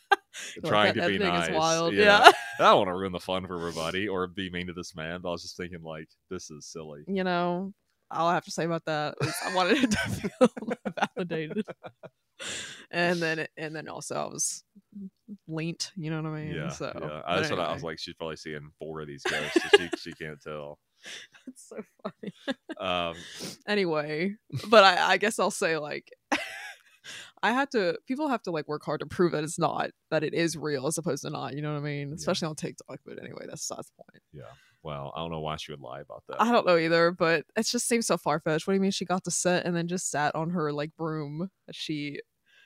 Speaker 3: Like,
Speaker 2: Trying
Speaker 3: that-
Speaker 2: to
Speaker 3: that
Speaker 2: be
Speaker 3: thing is
Speaker 2: nice,
Speaker 3: wild.
Speaker 2: yeah.
Speaker 3: yeah. [LAUGHS]
Speaker 2: I don't want to ruin the fun for everybody or be mean to this man, but I was just thinking like, this is silly.
Speaker 3: you know, all I have to say about that is I wanted it to [LAUGHS] feel validated. And then it- and then also I was leant, you know what I mean?
Speaker 2: yeah,
Speaker 3: so
Speaker 2: yeah.
Speaker 3: but
Speaker 2: I, that's what I was
Speaker 3: anyway,
Speaker 2: like. She's probably seeing four of these ghosts. so she she can't tell.
Speaker 3: It's [LAUGHS] so funny.
Speaker 2: Um,
Speaker 3: anyway but I, I guess i'll say like [LAUGHS] i had to people have to like work hard to prove that it's not that it is real as opposed to not you know what i mean especially on tiktok but anyway that's besides the point
Speaker 2: well, I don't know why she would lie about that.
Speaker 3: i don't know either but it just seems so far-fetched what do you mean she got to set and then just sat on her like broom that she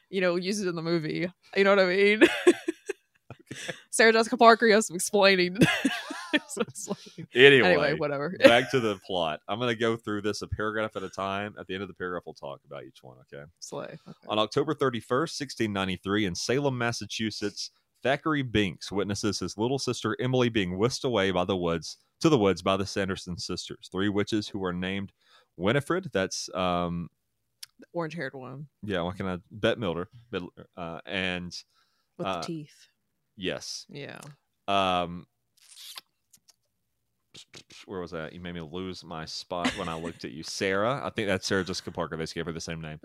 Speaker 3: you know uses in the movie you know what i mean [LAUGHS] sarah jessica parker you have some explaining [LAUGHS] Some explaining.
Speaker 2: anyway,
Speaker 3: anyway whatever
Speaker 2: back to the plot. I'm going to go through this a paragraph at a time. At the end of the paragraph, we'll talk about each one. Okay.
Speaker 3: Slay.
Speaker 2: On October 31st, 1693, in Salem, Massachusetts, Thackeray Binks witnesses his little sister Emily being whisked away by the woods to the woods by the Sanderson sisters, three witches who are named Winifred. That's um,
Speaker 3: orange haired one
Speaker 2: yeah, what can I? Bet Milder, Bit- uh, and
Speaker 3: with
Speaker 2: Uh,
Speaker 3: the teeth
Speaker 2: yes,
Speaker 3: yeah
Speaker 2: um, where was that? You made me lose my spot when I looked at you, Sarah. I think that's Sarah Jessica Parker. They just gave her the same name,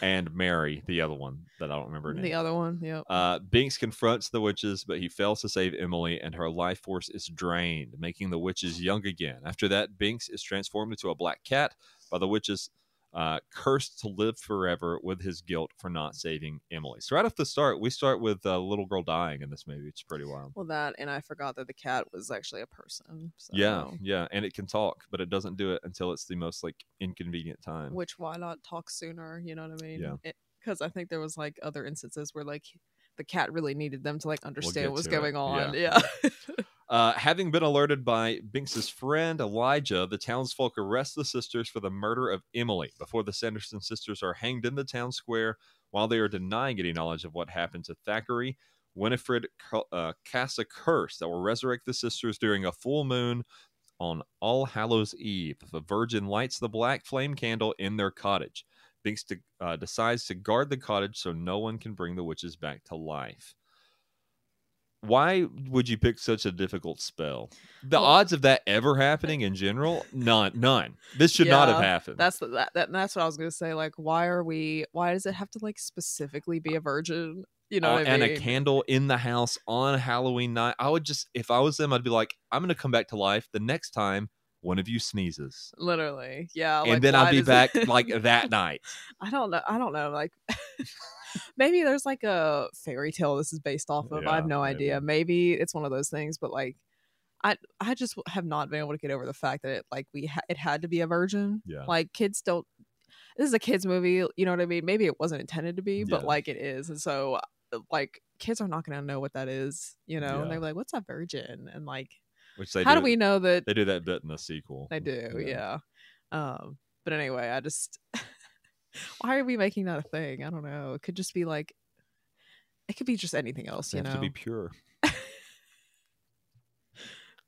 Speaker 2: and Mary, the other one that I don't remember her name.
Speaker 3: the other one yep
Speaker 2: Uh, Binks confronts the witches, but he fails to save Emily, and her life force is drained, making the witches young again. After that, Binks is transformed into a black cat by the witches, uh, cursed to live forever with his guilt for not saving Emily. So, right off the start, we start with a little girl dying in this movie. It's pretty wild.
Speaker 3: Well, that and I forgot that the cat was actually a person. So.
Speaker 2: Yeah, yeah, and it can talk, but it doesn't do it until it's the most like inconvenient time.
Speaker 3: Which why not talk sooner? You know what I
Speaker 2: Yeah.
Speaker 3: mean? Because I think there was like other instances where like the cat really needed them to like understand
Speaker 2: get
Speaker 3: what's
Speaker 2: to it.
Speaker 3: going on.
Speaker 2: Yeah,
Speaker 3: Yeah.
Speaker 2: Uh, having been alerted by Binks's friend Elijah, the townsfolk arrest the sisters for the murder of Emily before the Sanderson sisters are hanged in the town square. While they are denying any knowledge of what happened to Thackeray, Winifred cu- uh, casts a curse that will resurrect the sisters during a full moon on All Hallows Eve. If a virgin lights the black flame candle in their cottage, Binks de- uh, decides to guard the cottage so no one can bring the witches back to life why would you pick such a difficult spell? The
Speaker 3: Well-
Speaker 2: odds of that ever happening in general, none, none. This should not have
Speaker 3: Yeah,
Speaker 2: happened.
Speaker 3: [LAUGHS] that's the, that, that. That's what I was gonna say. Like, why are we? Why does it have to like specifically be a virgin? You know
Speaker 2: On-
Speaker 3: what I
Speaker 2: Oh, and
Speaker 3: mean?
Speaker 2: a candle in the house on Halloween night. I would just, if I was them, I'd be like, I'm going to come back to life the next time one of you sneezes,
Speaker 3: Literally, yeah.
Speaker 2: and
Speaker 3: like,
Speaker 2: then I'd
Speaker 3: why
Speaker 2: be
Speaker 3: does
Speaker 2: back
Speaker 3: it- [LAUGHS]
Speaker 2: like that night.
Speaker 3: I don't know. I don't know. Like [LAUGHS] maybe there's like a fairy tale this is based off of. I have
Speaker 2: Yeah,
Speaker 3: no
Speaker 2: maybe.
Speaker 3: idea. Maybe it's one of those things. But like, I I just have not been able to get over the fact that it, like we ha- it had to be a virgin.
Speaker 2: Yeah.
Speaker 3: Like kids don't. This is a kids movie. You know what I mean? Maybe it wasn't intended to be, but
Speaker 2: Yeah.
Speaker 3: like it is, and so uh, like kids are not going to know what that is. You know,
Speaker 2: Yeah.
Speaker 3: and they're like, "What's a virgin?" And like,
Speaker 2: Which they
Speaker 3: how do,
Speaker 2: do,
Speaker 3: we know that
Speaker 2: They do that bit in the sequel.
Speaker 3: I do, yeah. Um, but anyway, I just [LAUGHS] why are we making that a thing? I don't know. It could just be like it could be just anything else,
Speaker 2: They
Speaker 3: you
Speaker 2: have
Speaker 3: know.
Speaker 2: to be pure.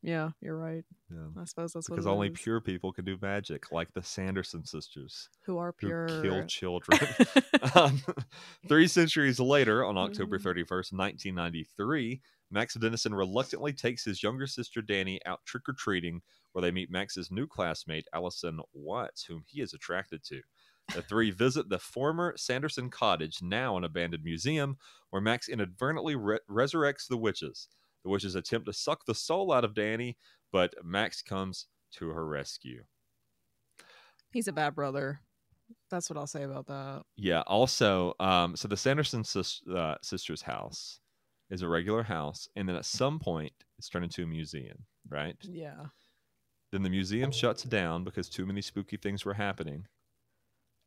Speaker 3: yeah, you're right.
Speaker 2: Yeah.
Speaker 3: I suppose that's
Speaker 2: Because
Speaker 3: what it
Speaker 2: only
Speaker 3: is.
Speaker 2: pure people can do magic, like the Sanderson sisters.
Speaker 3: who are pure.
Speaker 2: who kill
Speaker 3: [LAUGHS]
Speaker 2: children. [LAUGHS] um, three centuries later, on October
Speaker 3: Mm.
Speaker 2: 31st, 1993, Max Dennison reluctantly takes his younger sister Danny out trick or treating, where they meet Max's new classmate, Allison Watts, whom he is attracted to. The three visit the former Sanderson cottage, now an abandoned museum, where Max inadvertently re- resurrects the witches. The witches attempt to suck the soul out of Danny, but Max comes to her rescue.
Speaker 3: He's a bad brother. That's what I'll say about that.
Speaker 2: Yeah. Also, um, so the Sanderson sis- uh, sisters' house is a regular house, and then at some point, it's turned into a museum, right?
Speaker 3: Yeah.
Speaker 2: Then the museum shuts down because too many spooky things were happening,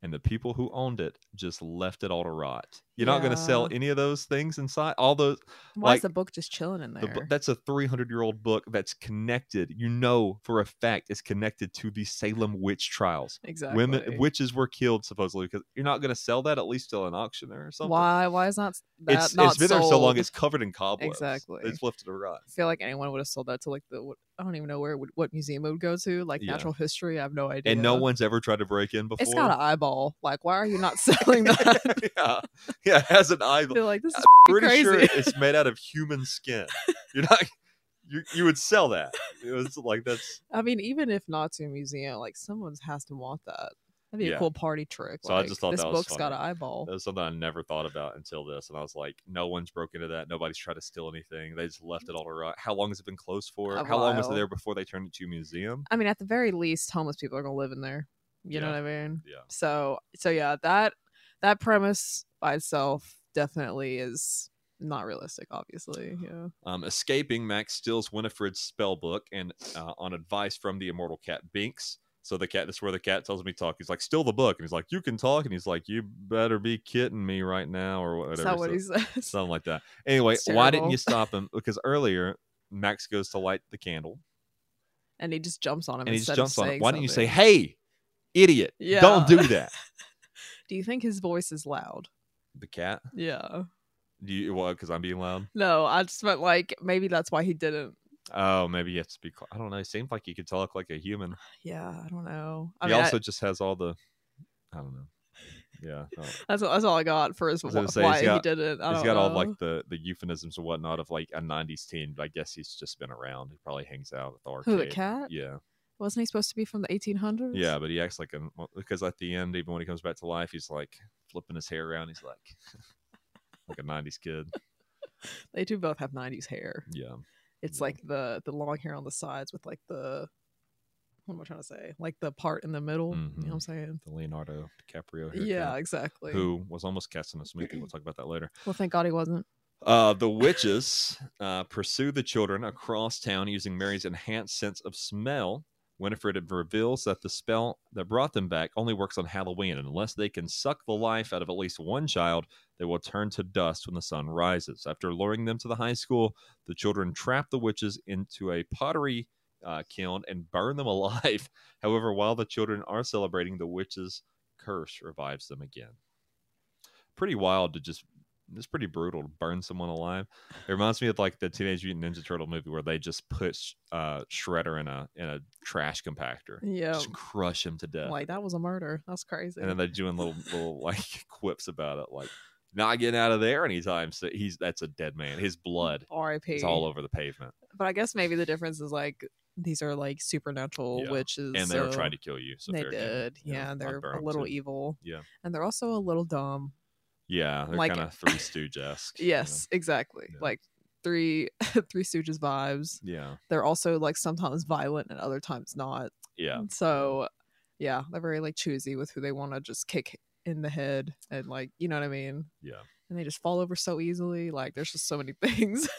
Speaker 2: and the people who owned it just left it all to rot. You're not going to sell
Speaker 3: Yeah.
Speaker 2: any of those things inside. All those
Speaker 3: Why
Speaker 2: Like,
Speaker 3: is the book just chilling in there?
Speaker 2: the, bu- that's a 300 year old book that's connected. You know for a fact it's connected to the Salem witch trials.
Speaker 3: exactly.
Speaker 2: Women witches were killed supposedly because you're not going to sell that at least till an auctioneer or something.
Speaker 3: Why why is not s- that
Speaker 2: it's,
Speaker 3: not
Speaker 2: it's been there so long
Speaker 3: sold?
Speaker 2: it's covered in cobwebs
Speaker 3: Exactly.
Speaker 2: it's left to rot
Speaker 3: I feel like anyone would have sold that to like the what, I don't even know where it would, what museum it would go to, like
Speaker 2: Yeah.
Speaker 3: natural history. I have no idea.
Speaker 2: and no one's ever tried to break in before
Speaker 3: It's got an eyeball. Like, why are you not [LAUGHS] selling that?
Speaker 2: [LAUGHS]
Speaker 3: I
Speaker 2: yeah yeah it has an eye
Speaker 3: feel like this is
Speaker 2: pretty
Speaker 3: [LAUGHS] crazy.
Speaker 2: sure it's made out of human skin you're not [LAUGHS] you you would sell that. It was like that's
Speaker 3: I mean, even if not to a museum, like someone has to want that. That'd be
Speaker 2: Yeah.
Speaker 3: a cool party trick.
Speaker 2: So I
Speaker 3: like,
Speaker 2: just thought
Speaker 3: this
Speaker 2: that was
Speaker 3: book's got an
Speaker 2: funny.
Speaker 3: eyeball.
Speaker 2: that was something I never thought about until this, and I was like, no one's broke into that. Nobody's tried to steal anything. They just left it all around. How long has it been closed for?
Speaker 3: A
Speaker 2: How long was it
Speaker 3: while.
Speaker 2: there before they turned it to a museum?
Speaker 3: I mean, at the very least, homeless people are gonna live in there. You know
Speaker 2: Yeah.
Speaker 3: what I mean?
Speaker 2: Yeah.
Speaker 3: So so yeah, that that premise by itself definitely is not realistic,
Speaker 2: [SIGHS]
Speaker 3: obviously. Yeah.
Speaker 2: Um, escaping, Max steals Winifred's spell book and uh, on advice from the immortal cat Binks. So the cat, that's where the cat tells me to talk. He's like, steal the book, and he's like, you can talk, and he's like, you better be kidding me right now, or whatever.
Speaker 3: That's not what
Speaker 2: So-
Speaker 3: he says.
Speaker 2: something like that. Anyway,
Speaker 3: It's
Speaker 2: why didn't you
Speaker 3: terrible.
Speaker 2: stop him? Because earlier Max goes to light the candle,
Speaker 3: [LAUGHS] and he just jumps on him
Speaker 2: and he
Speaker 3: instead
Speaker 2: just jumps
Speaker 3: of
Speaker 2: on
Speaker 3: saying
Speaker 2: it. Why didn't you say,
Speaker 3: something.
Speaker 2: "Hey, idiot,
Speaker 3: Yeah. [LAUGHS]
Speaker 2: don't do that"?
Speaker 3: Do you think his voice is loud?
Speaker 2: The cat.
Speaker 3: Yeah.
Speaker 2: Do you what? Because I'm being loud.
Speaker 3: No, I just meant like maybe that's why he didn't.
Speaker 2: Oh, maybe you have to be. Cl- I don't know. He seemed like he could talk like a human.
Speaker 3: Yeah, I don't know. I
Speaker 2: he
Speaker 3: mean, I-
Speaker 2: also just has all the. I don't know.
Speaker 3: [LAUGHS]
Speaker 2: Yeah, no.
Speaker 3: that's that's all I got for his
Speaker 2: I was gonna
Speaker 3: wh-
Speaker 2: say, he's
Speaker 3: why he
Speaker 2: got-
Speaker 3: didn't. I
Speaker 2: he's
Speaker 3: don't
Speaker 2: got
Speaker 3: know.
Speaker 2: all like the the euphemisms and whatnot of like a '90s teen. But I guess he's just been around. He probably hangs out at the arcade.
Speaker 3: who a cat?
Speaker 2: Yeah.
Speaker 3: Wasn't he supposed to be from the 1800s?
Speaker 2: Yeah, but he acts like a well, because at the end, even when he comes back to life, he's like flipping his hair around. He's like [LAUGHS] like a '90s kid.
Speaker 3: they do both have 90s hair.
Speaker 2: Yeah,
Speaker 3: It's
Speaker 2: Yeah.
Speaker 3: like the the long hair on the sides with like the what am I trying to say? Like the part in the middle. You know what I'm saying?
Speaker 2: the Leonardo DiCaprio. Mm-hmm. Haircut,
Speaker 3: Yeah, exactly.
Speaker 2: who was almost cast in a smoothie. We'll talk about that later.
Speaker 3: Well, thank God
Speaker 2: [LAUGHS]
Speaker 3: he wasn't.
Speaker 2: Uh, the witches uh, pursue the children across town using Mary's enhanced sense of smell. Winifred reveals that the spell that brought them back only works on Halloween. Unless they can suck the life out of at least one child, they will turn to dust when the sun rises. After luring them to the high school, the children trap the witches into a pottery uh, kiln and burn them [LAUGHS] alive. However, while the children are celebrating, the witch's curse revives them again. Pretty wild to just. It's pretty brutal to burn someone alive. It reminds me of like the Teenage Mutant Ninja Turtle movie where they just put sh- uh, Shredder in a in a trash compactor,
Speaker 3: Yeah.
Speaker 2: just crush him to death,
Speaker 3: Like that was a murder. That's crazy.
Speaker 2: and then they're doing little little [LAUGHS] like quips about it, like not getting out of there anytime. So he's that's a dead man. His blood
Speaker 3: R.I.P.
Speaker 2: is all over the pavement,
Speaker 3: But I guess maybe the difference is like these are like supernatural
Speaker 2: Yeah.
Speaker 3: witches,
Speaker 2: and they were
Speaker 3: so
Speaker 2: trying to kill you. So
Speaker 3: they
Speaker 2: fair game,
Speaker 3: did,
Speaker 2: you know,
Speaker 3: yeah.
Speaker 2: I'd
Speaker 3: and they're
Speaker 2: burn
Speaker 3: a
Speaker 2: 'em
Speaker 3: little e
Speaker 2: too.
Speaker 3: evil,
Speaker 2: Yeah.
Speaker 3: and they're also a little dumb.
Speaker 2: Yeah, they're
Speaker 3: Like-
Speaker 2: kind of
Speaker 3: [LAUGHS]
Speaker 2: Three Stooge esque.
Speaker 3: Yes, exactly.
Speaker 2: Yeah.
Speaker 3: Like three [LAUGHS] Three Stooges vibes.
Speaker 2: Yeah,
Speaker 3: They're also like sometimes violent and other times not.
Speaker 2: yeah.
Speaker 3: So, yeah, they're very like choosy with who they want to just kick in the head and like you know what I mean.
Speaker 2: Yeah.
Speaker 3: And they just fall over so easily. Like there's just so many [LAUGHS] things.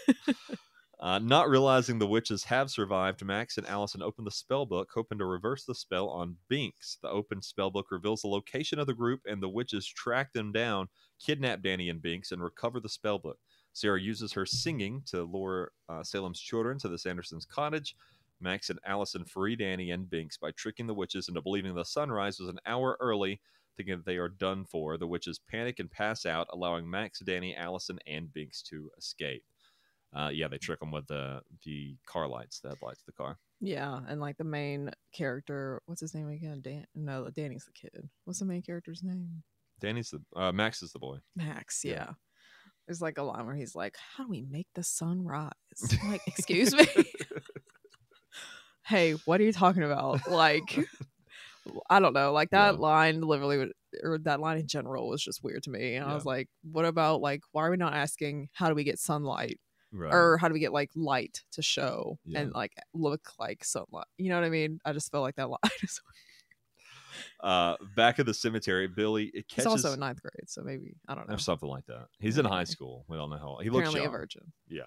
Speaker 2: Uh, not realizing the witches have survived, Max and Allison open the spell book, hoping to reverse the spell on Binks. The open spell book reveals the location of the group, and the witches track them down, kidnap Danny and Binks, and recover the spell book. Sarah uses her singing to lure uh, Salem's children to the Sandersons' cottage. Max and Allison free Danny and Binks by tricking the witches into believing the sunrise was an hour early, thinking that they are done for. The witches panic and pass out, allowing Max, Danny, Allison, and Binks to escape. Uh, yeah, they trick them with the the car lights, the headlights of the car.
Speaker 3: Yeah, and like the main character, what's his name again? Dan? No, Danny's the kid. What's the main character's name?
Speaker 2: Danny's the uh, Max is the boy.
Speaker 3: Max.
Speaker 2: Yeah.
Speaker 3: Yeah. There's like a line where he's like, "How do we make the sun rise?" I'm like,
Speaker 2: [LAUGHS]
Speaker 3: excuse me. hey, what are you talking
Speaker 2: [LAUGHS]
Speaker 3: about? Like, I don't know. Like that
Speaker 2: Yeah.
Speaker 3: line, literally, would- or that line in general was just weird to me. And I
Speaker 2: Yeah.
Speaker 3: was like, what about like, why are we not asking how do we get sunlight?
Speaker 2: Right.
Speaker 3: or how do we get like light to show
Speaker 2: Yeah.
Speaker 3: and like look like sunlight? You know what I mean? I just felt like [LAUGHS] that line. is-
Speaker 2: uh, back of the cemetery, Billy it
Speaker 3: He's
Speaker 2: catches
Speaker 3: also in ninth grade, so maybe I don't know.
Speaker 2: or something like that. He's in high
Speaker 3: Okay.
Speaker 2: school. We don't know how he looks
Speaker 3: Apparently a
Speaker 2: young.
Speaker 3: virgin.
Speaker 2: Yeah.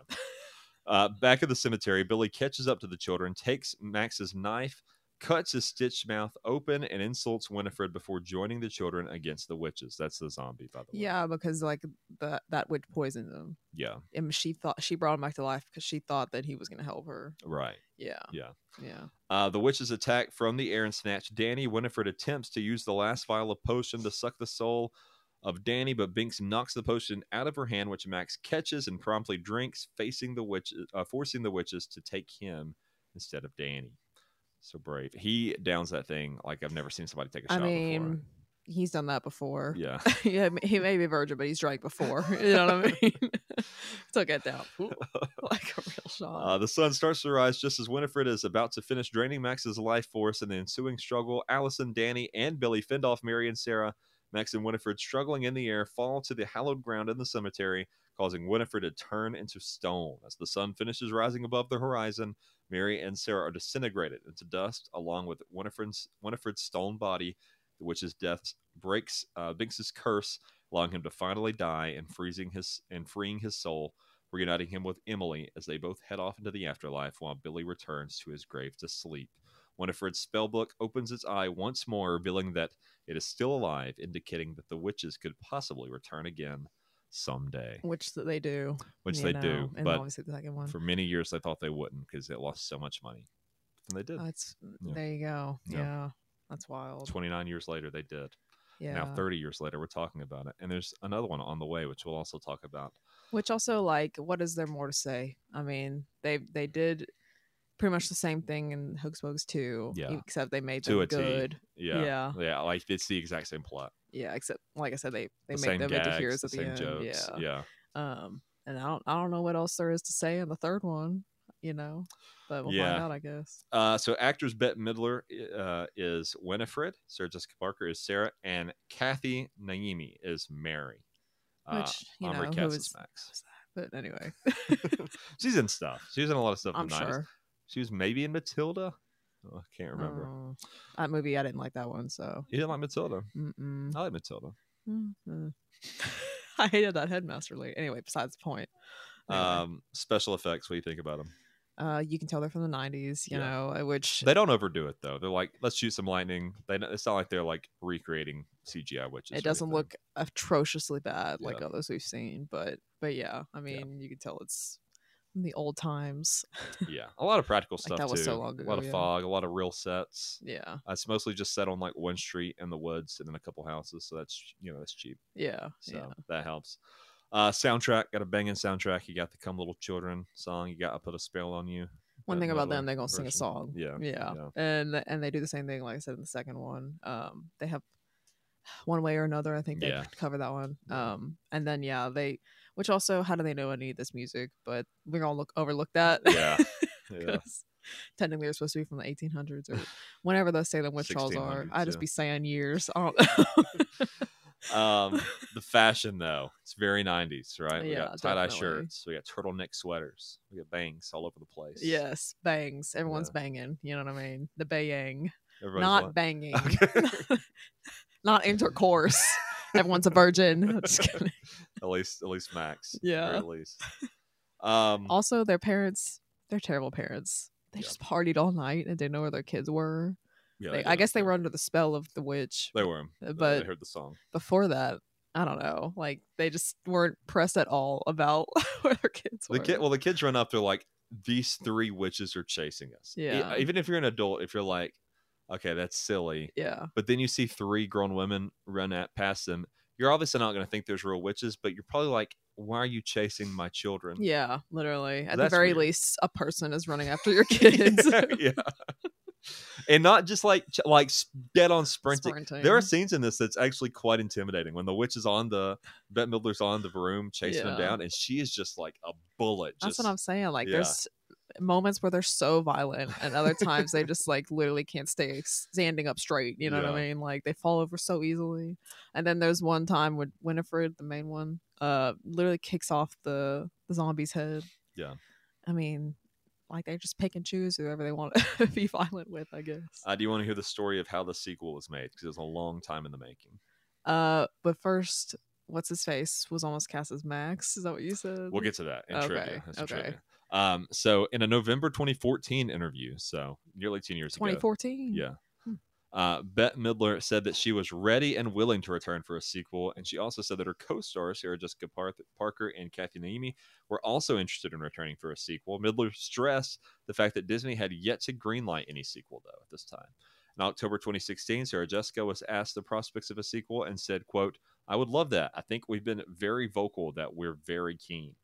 Speaker 2: Uh, back of the cemetery, Billy catches up to the children, takes Max's knife, cuts his stitched mouth open, and insults Winifred before joining the children against the witches. That's the zombie, by the way.
Speaker 3: Yeah, because like the that witch poisoned him,
Speaker 2: Yeah.
Speaker 3: and she thought she brought him back to life because she thought that he was gonna help her.
Speaker 2: Right.
Speaker 3: Yeah.
Speaker 2: Yeah.
Speaker 3: Yeah.
Speaker 2: Uh, the witches attack from the air and snatch Danny. Winifred attempts to use the last vial of potion to suck the soul of Danny, but Binks knocks the potion out of her hand, which Max catches and promptly drinks, facing the witch, uh, forcing the witches to take him instead of Danny. So brave. He downs that thing like I've never seen somebody take a
Speaker 3: I
Speaker 2: shot
Speaker 3: mean,
Speaker 2: before.
Speaker 3: he's done that before.
Speaker 2: Yeah. [LAUGHS]
Speaker 3: [LAUGHS] yeah, m- he may be a virgin, but he's drank before. [LAUGHS] You know what I mean? [LAUGHS] Took it down
Speaker 2: [LAUGHS]
Speaker 3: Ooh, like a real shot.
Speaker 2: Uh, the sun starts to rise just as Winifred is about to finish draining Max's life force in the ensuing struggle. Allison, Danny, and Billy fend off Mary and Sarah. Max and Winifred, struggling in the air, fall to the hallowed ground in the cemetery, causing Winifred to turn into stone. As the sun finishes rising above the horizon, Mary and Sarah are disintegrated into dust, along with Winifred's, Winifred's stone body, the witch's death breaks uh, Binks's curse, allowing him to finally die and freezing his and freeing his soul reuniting him with Emily as they both head off into the afterlife while Billy returns to his grave to sleep. Winifred's spellbook opens its eye once more, revealing that it is still alive, indicating that the witches could possibly return again someday,
Speaker 3: Which that they do,
Speaker 2: which
Speaker 3: you
Speaker 2: they
Speaker 3: know,
Speaker 2: do.
Speaker 3: and
Speaker 2: But
Speaker 3: obviously the second one.
Speaker 2: for many years, they thought they wouldn't because it lost so much money. And they did.
Speaker 3: That's
Speaker 2: Yeah.
Speaker 3: there you go.
Speaker 2: Yeah.
Speaker 3: Yeah, that's wild.
Speaker 2: 29 years later, they did.
Speaker 3: yeah.
Speaker 2: Now, 30 years later, we're talking about it. And there's another one on the way, which we'll also talk about.
Speaker 3: Which also, like, what is there more to say? I mean, they they did pretty much the same thing in Hooks Pocus two,
Speaker 2: Yeah.
Speaker 3: except they made
Speaker 2: To
Speaker 3: them
Speaker 2: a T.
Speaker 3: good.
Speaker 2: Yeah.
Speaker 3: Yeah.
Speaker 2: Yeah. Like it's the exact same plot.
Speaker 3: Yeah, except like I said, they they
Speaker 2: the
Speaker 3: make
Speaker 2: same
Speaker 3: them
Speaker 2: gags,
Speaker 3: into heroes
Speaker 2: the
Speaker 3: at the
Speaker 2: same
Speaker 3: end.
Speaker 2: jokes.
Speaker 3: Yeah.
Speaker 2: yeah.
Speaker 3: Um, and I don't I don't know what else there is to say in the third one, you know, but we'll
Speaker 2: Yeah.
Speaker 3: find out, I guess.
Speaker 2: Uh, so actors Bette Midler uh, is Winifred, Sarah Jessica Parker is Sarah, and Kathy Naimi is Mary. Uh,
Speaker 3: Which, you
Speaker 2: Omri
Speaker 3: know, who
Speaker 2: Katz
Speaker 3: is-
Speaker 2: Max. [LAUGHS]
Speaker 3: But anyway, [LAUGHS]
Speaker 2: She's in stuff. She's in a lot of stuff.
Speaker 3: I'm
Speaker 2: in the 90s.
Speaker 3: sure.
Speaker 2: She was maybe in Matilda. Oh, I can't remember.
Speaker 3: Oh, that movie I didn't like that one, so
Speaker 2: you didn't like Matilda.
Speaker 3: mm-mm.
Speaker 2: I like Matilda.
Speaker 3: Mm-mm. [LAUGHS] I hated that headmaster lady. Anyway, besides the point. Anyway,
Speaker 2: Um, special effects. What do you think about them?
Speaker 3: uh, you can tell they're from the '90s, you
Speaker 2: yeah.
Speaker 3: know, uh, which
Speaker 2: They don't overdo it though. They're like, let's shoot some lightning. They don't- it's not like they're like recreating CGI, which
Speaker 3: it doesn't look atrociously bad like
Speaker 2: Yeah.
Speaker 3: others we've seen. But but yeah, I mean, you can tell it's from the old times. [LAUGHS]
Speaker 2: Yeah, a lot of practical
Speaker 3: Like,
Speaker 2: stuff
Speaker 3: that was
Speaker 2: too.
Speaker 3: so long
Speaker 2: a lot
Speaker 3: ago,
Speaker 2: of
Speaker 3: yeah.
Speaker 2: fog, a lot of real sets.
Speaker 3: Yeah,
Speaker 2: Uh, It's mostly just set on like one street in the woods and then a couple houses, so that's you know that's cheap.
Speaker 3: yeah,
Speaker 2: So
Speaker 3: yeah.
Speaker 2: that helps. Uh, soundtrack got a banging soundtrack. You got the "Come Little Children" song. You got "I Put a Spell on You."
Speaker 3: One
Speaker 2: that
Speaker 3: thing about
Speaker 2: Midler
Speaker 3: them, they're gonna sing a
Speaker 2: version.
Speaker 3: song.
Speaker 2: Yeah,
Speaker 3: yeah
Speaker 2: yeah.
Speaker 3: and th- and they do the same thing like i said in the second one um they have [SIGHS] one way or another i think they
Speaker 2: Yeah.
Speaker 3: cover that one
Speaker 2: Yeah.
Speaker 3: um and then yeah they which also how do they know any of this music but we're gonna look overlook that [LAUGHS]
Speaker 2: Yeah, yeah.
Speaker 3: 'Cause technically they're supposed to be from the 1800s or whenever those salem witch trials are
Speaker 2: 1600s,
Speaker 3: i just
Speaker 2: yeah.
Speaker 3: be saying years i
Speaker 2: [LAUGHS]
Speaker 3: don't know
Speaker 2: Um, the fashion though, it's very '90s, right? we
Speaker 3: Yeah,
Speaker 2: got tie dye
Speaker 3: definitely.
Speaker 2: shirts. We got turtleneck sweaters. We got bangs all over the place.
Speaker 3: [LAUGHS] yes bangs everyone's
Speaker 2: Yeah.
Speaker 3: banging you know what i mean the bayang
Speaker 2: Everybody's
Speaker 3: not
Speaker 2: like- [LAUGHS]
Speaker 3: banging
Speaker 2: Okay.
Speaker 3: [LAUGHS]
Speaker 2: [LAUGHS]
Speaker 3: not intercourse everyone's a virgin [LAUGHS] I'm just kidding
Speaker 2: at least, at least Max. at the
Speaker 3: Yeah.
Speaker 2: very least. Um,
Speaker 3: also their parents they're terrible parents they
Speaker 2: Yeah.
Speaker 3: just partied all night and didn't know where their kids were
Speaker 2: yeah,
Speaker 3: They-
Speaker 2: did
Speaker 3: i guess they
Speaker 2: okay.
Speaker 3: were under the spell of the witch
Speaker 2: They were. They-
Speaker 3: but-
Speaker 2: they heard the song.
Speaker 3: before that i don't know like they just weren't pressed at all about [LAUGHS] where their kids were
Speaker 2: The kid, well, the kids run up. They're like, "These three witches are chasing us." E-
Speaker 3: Yeah.
Speaker 2: Even if you're an adult, if you're like, "Okay, that's silly,"
Speaker 3: yeah
Speaker 2: but then you see three grown women run at past them, you're obviously not going to think there's real witches, but you're probably like, "Why are you chasing my children?"
Speaker 3: yeah literally at the
Speaker 2: That's
Speaker 3: very
Speaker 2: weird.
Speaker 3: least a person is running after
Speaker 2: [LAUGHS]
Speaker 3: your [LAUGHS] kids
Speaker 2: yeah. And not just like ch- like s- dead on sprinting.
Speaker 3: [LAUGHS]
Speaker 2: There are scenes in this that's actually quite intimidating. When the witch is on the Bette Midler's on the room chasing them
Speaker 3: Yeah.
Speaker 2: down, and she is just like a bullet.
Speaker 3: that's
Speaker 2: Just,
Speaker 3: what i'm saying like
Speaker 2: yeah.
Speaker 3: there's moments where they're so violent and other times they just like literally can't stay s- standing up straight you know what i mean like they fall over so easily and then there's one time when winifred the main one uh literally kicks off the the zombie's head
Speaker 2: Yeah.
Speaker 3: i mean like they just pick and choose whoever they want [LAUGHS] to be violent with i guess
Speaker 2: Uh, do you want to hear the story of how the sequel was made? Because it was a long time in the making.
Speaker 3: uh but first what's his face was almost cast as max is that what you said
Speaker 2: We'll get to that in
Speaker 3: Mm-hmm. Okay,
Speaker 2: trivia. That's in
Speaker 3: okay.
Speaker 2: trivia. Um, so in a November 2014 interview, so nearly 10 years ago.
Speaker 3: 2014
Speaker 2: Yeah. Uh, Bette Midler said that she was ready and willing to return for a sequel, and she also said that her co-stars Sarah Jessica Par- Parker and Kathy Naimi were also interested in returning for a sequel. Midler stressed the fact that Disney had yet to greenlight any sequel though at this time. In October 2016, Sarah Jessica was asked the prospects of a sequel and said, "quote I would love that. I think we've been very vocal that we're very keen."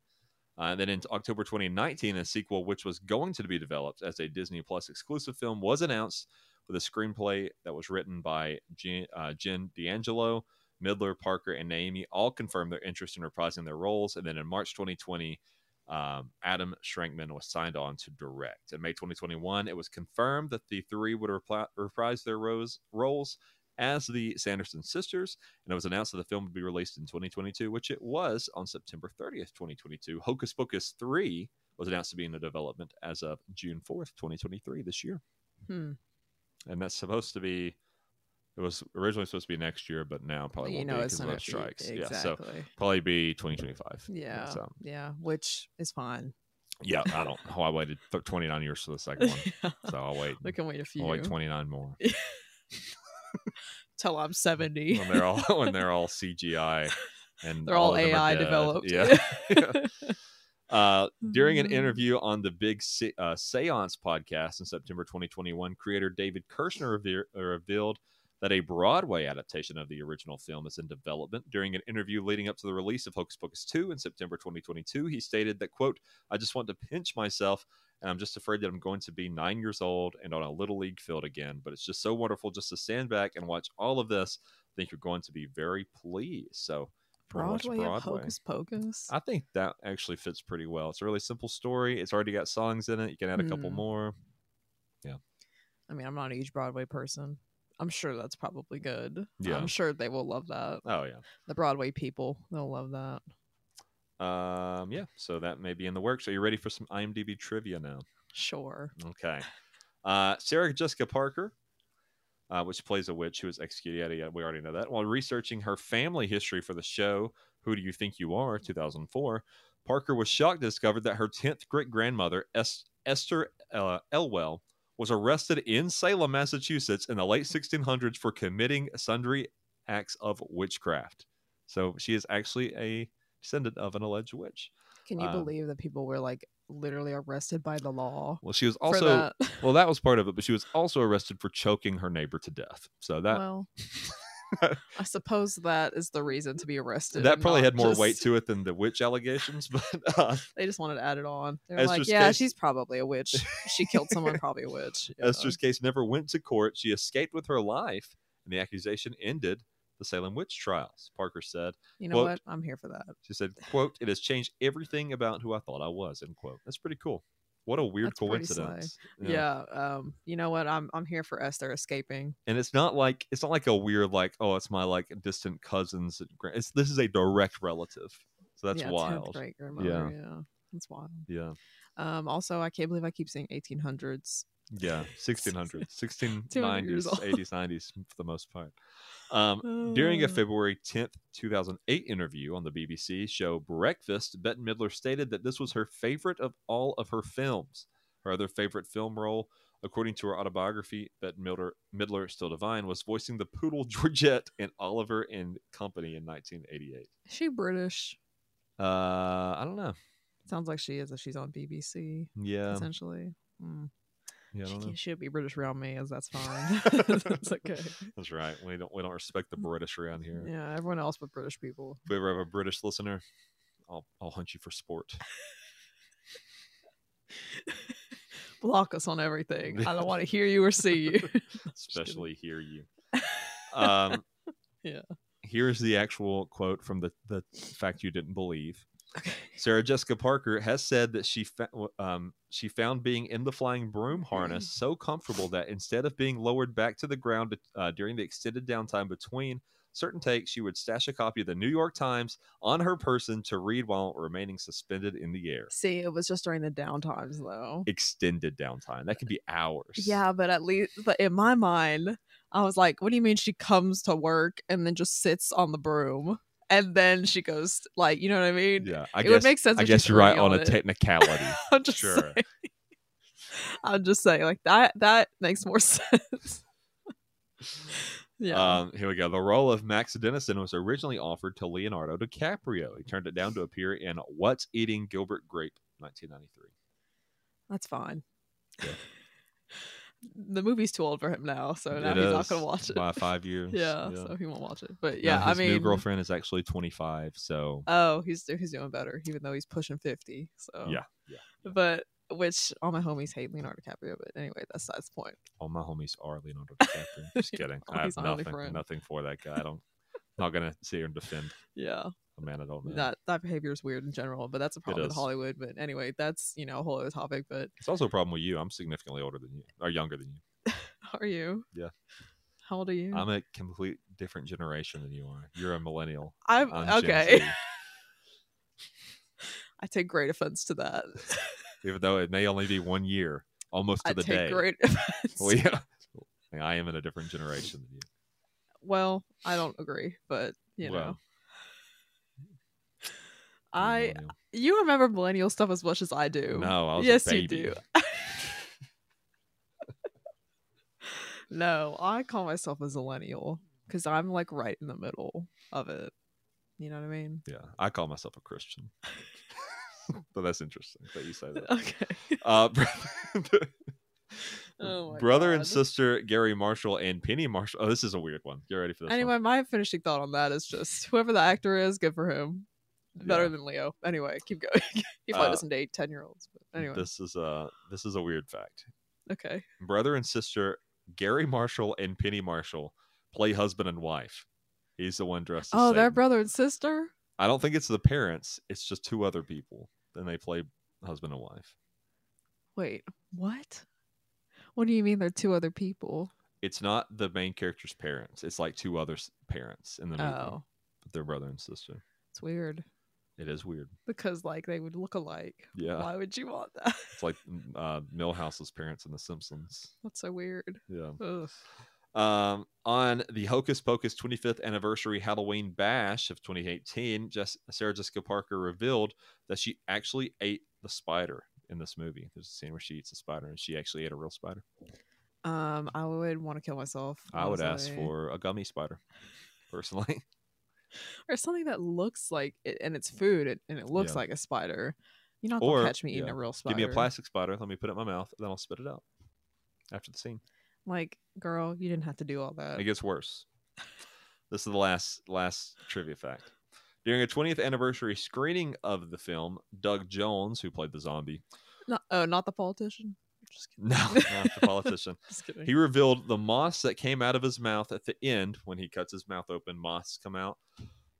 Speaker 2: Uh, and then in October 2019, a sequel which was going to be developed as a Disney Plus exclusive film was announced with a screenplay that was written by Jen, uh, Jen D'Angelo, Midler, Parker, and Naomi. All confirmed their interest in reprising their roles. And then in March 2020, um, Adam Shrankman was signed on to direct. In May 2021, it was confirmed that the three would repli- reprise their rose- roles as the Sanderson sisters, and it was announced that the film would be released in 2022, which it was on September 30th, 2022. Hocus Pocus 3 was announced to be in the development as of June 4th, 2023, this year.
Speaker 3: Hmm.
Speaker 2: And that's supposed to be, it was originally supposed to be next year, but now probably
Speaker 3: you
Speaker 2: won't
Speaker 3: know,
Speaker 2: be
Speaker 3: it's
Speaker 2: because
Speaker 3: not
Speaker 2: of
Speaker 3: gonna
Speaker 2: the
Speaker 3: be-
Speaker 2: strikes.
Speaker 3: Exactly.
Speaker 2: Yeah, so probably be 2025.
Speaker 3: yeah,
Speaker 2: So,
Speaker 3: yeah, which is [LAUGHS] fine.
Speaker 2: yeah, I don't know. I waited th- 29 years for the second
Speaker 3: [LAUGHS]
Speaker 2: one, so I'll wait.
Speaker 3: we can wait a few.
Speaker 2: I'll wait 29 more.
Speaker 3: [LAUGHS] Till I'm seventy.
Speaker 2: when they're all [LAUGHS] when they're all CGI and
Speaker 3: They're all,
Speaker 2: of them are
Speaker 3: AI
Speaker 2: dead.
Speaker 3: developed. [LAUGHS]
Speaker 2: Yeah. [LAUGHS] Uh, during an
Speaker 3: Mhm.
Speaker 2: interview on the Big Se- uh, Seance podcast in September 2021, creator David Kirshner reve- uh, revealed that a Broadway adaptation of the original film is in development. During an interview leading up to the release of Hocus Pocus 2 in September 2022, he stated that, quote, I just want to pinch myself and I'm just afraid that I'm going to be nine years old and on a little league field again. But it's just so wonderful just to stand back and watch all of this. I think you're going to be very pleased. So we're gonna watch
Speaker 3: Broadway, of Hocus Pocus.
Speaker 2: I think that actually fits pretty well. It's a really simple story. It's already got songs in it. You can add a couple
Speaker 3: Hmm.
Speaker 2: more.
Speaker 3: I mean, I'm not a huge Broadway person. I'm sure that's probably good.
Speaker 2: Yeah.
Speaker 3: I'm sure they will love that.
Speaker 2: Oh yeah.
Speaker 3: The Broadway people, they'll love that.
Speaker 2: Um yeah, so that may be in the works. Are you ready for some IMDb trivia now?
Speaker 3: Sure.
Speaker 2: Okay. Uh, Sarah Jessica Parker, uh, which plays a witch who is executed, yeah, we already know that. While researching her family history for the show, Who Do You Think You Are, 2004, Parker was shocked to discover that her 10th great grandmother, es- Esther uh, Elwell, was arrested in Salem, Massachusetts in the late 1600s for committing sundry acts of witchcraft. So she is actually a descendant of an alleged witch.
Speaker 3: Can you
Speaker 2: Um,
Speaker 3: believe that people were like literally arrested by the law?
Speaker 2: Well, she was
Speaker 3: for
Speaker 2: also
Speaker 3: that?
Speaker 2: Well, that was part of it, but she was also arrested for choking her neighbor to death. So that [LAUGHS]
Speaker 3: well, I suppose that is the reason to be arrested.
Speaker 2: that
Speaker 3: and
Speaker 2: probably
Speaker 3: not
Speaker 2: had more
Speaker 3: just-
Speaker 2: weight to it than the witch allegations. [LAUGHS] But uh,
Speaker 3: They just wanted to add it on. They're
Speaker 2: Esther's
Speaker 3: like, yeah,
Speaker 2: case-
Speaker 3: she's probably a witch. she killed someone, probably
Speaker 2: [LAUGHS]
Speaker 3: a witch. [LAUGHS] Yeah.
Speaker 2: Esther's case never went to court. She escaped with her life, and the accusation ended the Salem witch trials. Parker said,
Speaker 3: you know
Speaker 2: quote-
Speaker 3: what? I'm here for that.
Speaker 2: "She said, quote, it has changed everything about who I thought I was." End quote. That's pretty cool. What a weird
Speaker 3: That's pretty sly.
Speaker 2: coincidence.
Speaker 3: Yeah. Um. You know what? I'm I'm here for Esther escaping.
Speaker 2: and it's not like it's not like a weird like oh it's my like distant cousins. and gran- It's this is a direct relative. So that's
Speaker 3: yeah, 10th
Speaker 2: wild.
Speaker 3: Great grandmother.
Speaker 2: Yeah.
Speaker 3: Yeah. That's wild.
Speaker 2: Yeah.
Speaker 3: Um. Also, I can't believe I keep saying 1800s.
Speaker 2: Yeah,
Speaker 3: [LAUGHS]
Speaker 2: 1600s,
Speaker 3: 200
Speaker 2: 1690s,
Speaker 3: years old.
Speaker 2: 80s, 90s for the most part.
Speaker 3: [LAUGHS]
Speaker 2: Um, during a
Speaker 3: Uh,
Speaker 2: February 10th, 2008 interview on the BBC show Breakfast, Bette Midler stated that this was her favorite of all of her films. Her other favorite film role, according to her autobiography, Bette Midler, Midler Still Divine, was voicing the poodle [LAUGHS] Georgette in Oliver and Company in 1988.
Speaker 3: Is she British?
Speaker 2: Uh, I don't know.
Speaker 3: Sounds like she is if she's on BBC.
Speaker 2: Yeah,
Speaker 3: essentially. Mm.
Speaker 2: yeah I
Speaker 3: She
Speaker 2: don't know. [LAUGHS]
Speaker 3: can't, she'll be British around me, as that's fine. [LAUGHS] that's okay.
Speaker 2: That's right. We don't we don't respect the British around here.
Speaker 3: Yeah, everyone else but British people.
Speaker 2: If we ever have a British listener, I'll I'll hunt you for
Speaker 3: [LAUGHS]
Speaker 2: sport.
Speaker 3: Block us on everything. I
Speaker 2: [LAUGHS]
Speaker 3: don't want to hear you or see you.
Speaker 2: Especially hear
Speaker 3: [LAUGHS]
Speaker 2: you. Um,
Speaker 3: Yeah.
Speaker 2: Here's the actual quote from the the fact you didn't believe.
Speaker 3: okay.
Speaker 2: Sarah Jessica Parker has said that she fa- um, she found being in the flying broom harness
Speaker 3: Mm.
Speaker 2: so comfortable that instead of being lowered back to the ground uh, during the extended downtime between certain takes, she would stash a copy of the New York Times on her person to read while remaining suspended in the air.
Speaker 3: See, it was just during the down times, though.
Speaker 2: Extended downtime that could be hours.
Speaker 3: Yeah, but at least, but in my mind, I was like, "What do you mean she comes to work and then just sits on the broom and then she goes like, you know what I mean?
Speaker 2: Yeah, I
Speaker 3: it
Speaker 2: guess
Speaker 3: would make sense.
Speaker 2: I
Speaker 3: if
Speaker 2: guess
Speaker 3: she's
Speaker 2: you're right
Speaker 3: free
Speaker 2: on a
Speaker 3: it.
Speaker 2: technicality.
Speaker 3: I'm [LAUGHS] just
Speaker 2: sure.
Speaker 3: saying. I'm just saying, like that. That makes more [LAUGHS] sense. yeah.
Speaker 2: Um, here we go. The role of Max Dennison was originally offered to Leonardo DiCaprio. He turned it down to appear in What's Eating Gilbert Grape, 1993.
Speaker 3: That's fine.
Speaker 2: Yeah.
Speaker 3: [LAUGHS] the movie's too old for him now, so now
Speaker 2: It
Speaker 3: he's
Speaker 2: is
Speaker 3: not gonna watch it. [LAUGHS]
Speaker 2: by five years.
Speaker 3: yeah, so he won't watch it. But
Speaker 2: Now,
Speaker 3: yeah, I
Speaker 2: his
Speaker 3: mean,
Speaker 2: new girlfriend is actually 25. So
Speaker 3: oh, he's he's doing better, even though he's pushing fifty. So
Speaker 2: Yeah, yeah, yeah.
Speaker 3: but which all my homies hate Leonardo DiCaprio, but anyway, that's not his point.
Speaker 2: All my homies are
Speaker 3: [LAUGHS]
Speaker 2: Leonardo DiCaprio. Just kidding.
Speaker 3: Oh,
Speaker 2: I have
Speaker 3: he's not really
Speaker 2: nothing,
Speaker 3: friend.
Speaker 2: nothing for that guy. I don't. Not gonna sit here and defend
Speaker 3: Yeah.
Speaker 2: a man I
Speaker 3: [LAUGHS]
Speaker 2: don't know.
Speaker 3: That that behavior is weird in general, but that's a problem in
Speaker 2: is.
Speaker 3: Hollywood. But anyway, that's you know a whole other topic. But
Speaker 2: It's also a problem with you. I'm significantly older than you, or younger than you.
Speaker 3: how are you?
Speaker 2: Yeah.
Speaker 3: How old are you?
Speaker 2: I'm a complete different generation than you are. You're a millennial.
Speaker 3: I'm,
Speaker 2: I'm Gen
Speaker 3: Mm, okay.
Speaker 2: Z.
Speaker 3: I take great offense
Speaker 2: [LAUGHS]
Speaker 3: to that.
Speaker 2: even though it may only be one year, almost to
Speaker 3: I
Speaker 2: the
Speaker 3: take
Speaker 2: day. [LAUGHS]
Speaker 3: great offense.
Speaker 2: Well, yeah. [LAUGHS] I am in a different generation than you.
Speaker 3: Well, I don't agree, but you
Speaker 2: Well,
Speaker 3: know,
Speaker 2: you're a
Speaker 3: I
Speaker 2: millennial.
Speaker 3: you remember millennial stuff as much as I do.
Speaker 2: Mm-hmm. no, I was
Speaker 3: yes,
Speaker 2: a baby.
Speaker 3: you do. no, I call myself a millennial because I'm like right in the middle of it. You know what I mean? [LAUGHS]
Speaker 2: Yeah, I call myself a Christian. [LAUGHS] but that's interesting that you say that.
Speaker 3: Okay.
Speaker 2: Uh, [LAUGHS] br-
Speaker 3: Oh my
Speaker 2: brother
Speaker 3: God.
Speaker 2: and sister Gary Marshall and Penny Marshall. Oh, this is a weird one. You ready for this? one?
Speaker 3: Anyway, my finishing thought on that is just [LAUGHS] whoever the actor is, good for him. Better
Speaker 2: Yeah.
Speaker 3: than Leo. Anyway, keep going. [LAUGHS] he probably
Speaker 2: Uh,
Speaker 3: doesn't date ten year olds, but anyway.
Speaker 2: This is a this is a weird fact.
Speaker 3: okay.
Speaker 2: Brother and sister Gary Marshall and Penny Marshall play husband and wife. He's the one dressed. As
Speaker 3: Oh, they're
Speaker 2: Satan.
Speaker 3: brother and sister?
Speaker 2: I don't think it's the parents. It's just two other people. Then they play husband and wife.
Speaker 3: Wait, what? What do you mean they're two other people?
Speaker 2: It's not the main character's parents. It's like two other s- parents in the movie.
Speaker 3: Oh.
Speaker 2: But they're brother and sister.
Speaker 3: It's weird.
Speaker 2: It is weird.
Speaker 3: Because like they would look alike.
Speaker 2: Yeah.
Speaker 3: Why would you want that?
Speaker 2: Uh, It's like mm, uh, Millhouse's parents in The Simpsons.
Speaker 3: [LAUGHS] That's so weird.
Speaker 2: Yeah.
Speaker 3: Ugh.
Speaker 2: Um, on the Hocus Pocus 25th anniversary Halloween bash of 2018, Jess- Sarah Jessica Parker revealed that she actually ate the spider in this movie. There's a scene where she eats a spider and she actually ate a real spider.
Speaker 3: Um, I would want to kill myself.
Speaker 2: I would ask
Speaker 3: honestly.
Speaker 2: for a gummy spider, personally. [LAUGHS]
Speaker 3: or something that looks like it and it's food and, and it looks
Speaker 2: Yeah.
Speaker 3: like a spider. You're not gonna
Speaker 2: Or-
Speaker 3: catch me eating
Speaker 2: yeah.
Speaker 3: a real spider.
Speaker 2: Give me a plastic spider. Let me put it in my mouth. Then I'll spit it out after the scene.
Speaker 3: Like, girl, you didn't have to do all that.
Speaker 2: It gets worse. This is the last last trivia fact. During a 20th anniversary screening of the film, Doug Jones, who played the zombie,
Speaker 3: Not, oh, not the politician. Just kidding.
Speaker 2: no, not the politician,
Speaker 3: Just kidding.
Speaker 2: he revealed the moths that came out of his mouth at the end when he cuts his mouth open. Moths come out.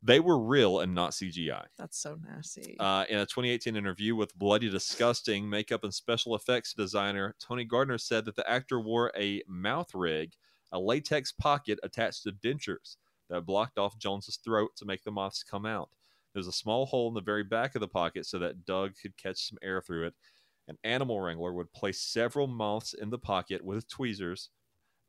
Speaker 2: They were real and not CGI.
Speaker 3: That's so nasty.
Speaker 2: Uh, in a 2018 interview with Bloody Disgusting, makeup and special effects designer Tony Gardner said that the actor wore a mouth rig, a latex pocket attached to dentures that blocked off Jones's throat to make the moths come out. There's a small hole in the very back of the pocket so that Doug could catch some air through it. An animal wrangler would place several moths in the pocket with tweezers.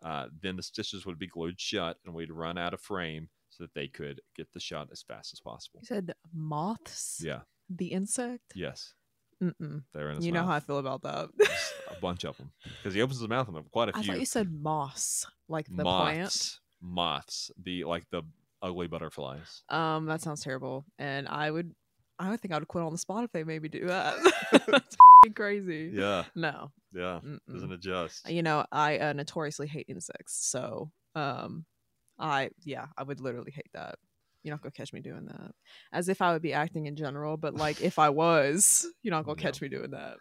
Speaker 2: Uh, then the stitches would be glued shut, and we'd run out of frame so that they could get the shot as fast as possible.
Speaker 3: you said moths.
Speaker 2: Yeah.
Speaker 3: The insect.
Speaker 2: Yes.
Speaker 3: Mm-mm.
Speaker 2: They're in his
Speaker 3: You know
Speaker 2: mouth.
Speaker 3: how I feel about that.
Speaker 2: [LAUGHS] Just a bunch of them because he opens his mouth and quite a
Speaker 3: [LAUGHS] I
Speaker 2: few
Speaker 3: thought you said moss, like the plant.
Speaker 2: moths. Moths, the like the ugly butterflies.
Speaker 3: Um, that sounds terrible. And I would, I would think I would quit on the spot if they made me
Speaker 2: [LAUGHS]
Speaker 3: do that. [LAUGHS] That's f***ing crazy.
Speaker 2: Yeah,
Speaker 3: No.
Speaker 2: yeah.
Speaker 3: Mm-mm.
Speaker 2: Doesn't adjust.
Speaker 3: you know i uh, notoriously hate insects so um i yeah i would literally hate that you're not gonna catch me doing that as if i would be acting in general but like if i was you're not gonna
Speaker 2: No.
Speaker 3: catch me doing that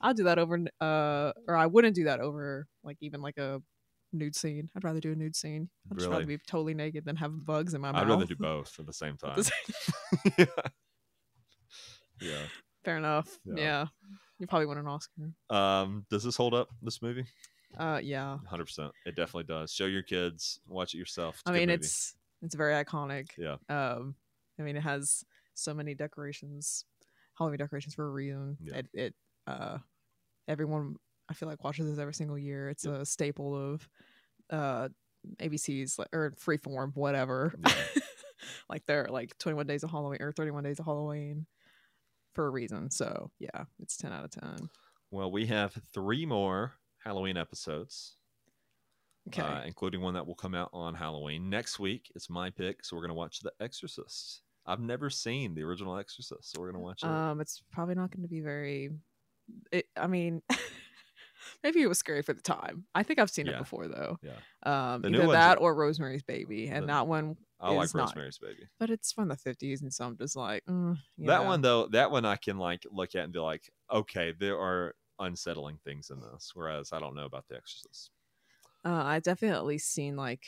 Speaker 3: i'll do that over uh or i wouldn't do that over like even like a nude scene i'd rather do a nude scene i'd just rather
Speaker 2: Really?
Speaker 3: be totally naked than have bugs in my
Speaker 2: I'd
Speaker 3: mouth [LAUGHS]
Speaker 2: rather do both at the same time. yeah. Yeah.
Speaker 3: fair enough
Speaker 2: Yeah.
Speaker 3: yeah you probably won an oscar
Speaker 2: Um, does this hold up? This movie,
Speaker 3: uh yeah
Speaker 2: hundred percent. It definitely does. Show your kids, watch it yourself. It's
Speaker 3: I
Speaker 2: a good
Speaker 3: mean,
Speaker 2: movie.
Speaker 3: it's it's very iconic.
Speaker 2: Yeah.
Speaker 3: Um, I mean, it has so many decorations, Halloween decorations for a reason.
Speaker 2: Yeah.
Speaker 3: It, it, uh, everyone I feel like watches this every single year. It's
Speaker 2: Yep.
Speaker 3: a staple of, uh, ABC's like- or Freeform, whatever.
Speaker 2: Yeah.
Speaker 3: [LAUGHS] like they're like 21 days of Halloween or 31 days of Halloween for a reason. So yeah, it's 10 out of 10.
Speaker 2: well, we have three more Halloween episodes.
Speaker 3: Okay.
Speaker 2: uh, including one that will come out on Halloween next week. It's my pick, so we're gonna watch The Exorcist. I've never seen the original Exorcist, so we're gonna watch it.
Speaker 3: Um, it's probably not going to be very. It, I mean, [LAUGHS] maybe it was scary for the time. I think I've seen
Speaker 2: Yeah.
Speaker 3: it before though.
Speaker 2: Yeah.
Speaker 3: Um,
Speaker 2: The new
Speaker 3: either
Speaker 2: one's-
Speaker 3: that or Rosemary's Baby, and
Speaker 2: The-
Speaker 3: that one,
Speaker 2: I like
Speaker 3: is not-
Speaker 2: Rosemary's Baby.
Speaker 3: but it's from the fifties, and so I'm just like, mm, you
Speaker 2: That
Speaker 3: know.
Speaker 2: one though, that one I can like look at and be like, okay, there are unsettling things in this, whereas I don't know about The Exorcist.
Speaker 3: Uh, I definitely at least seen like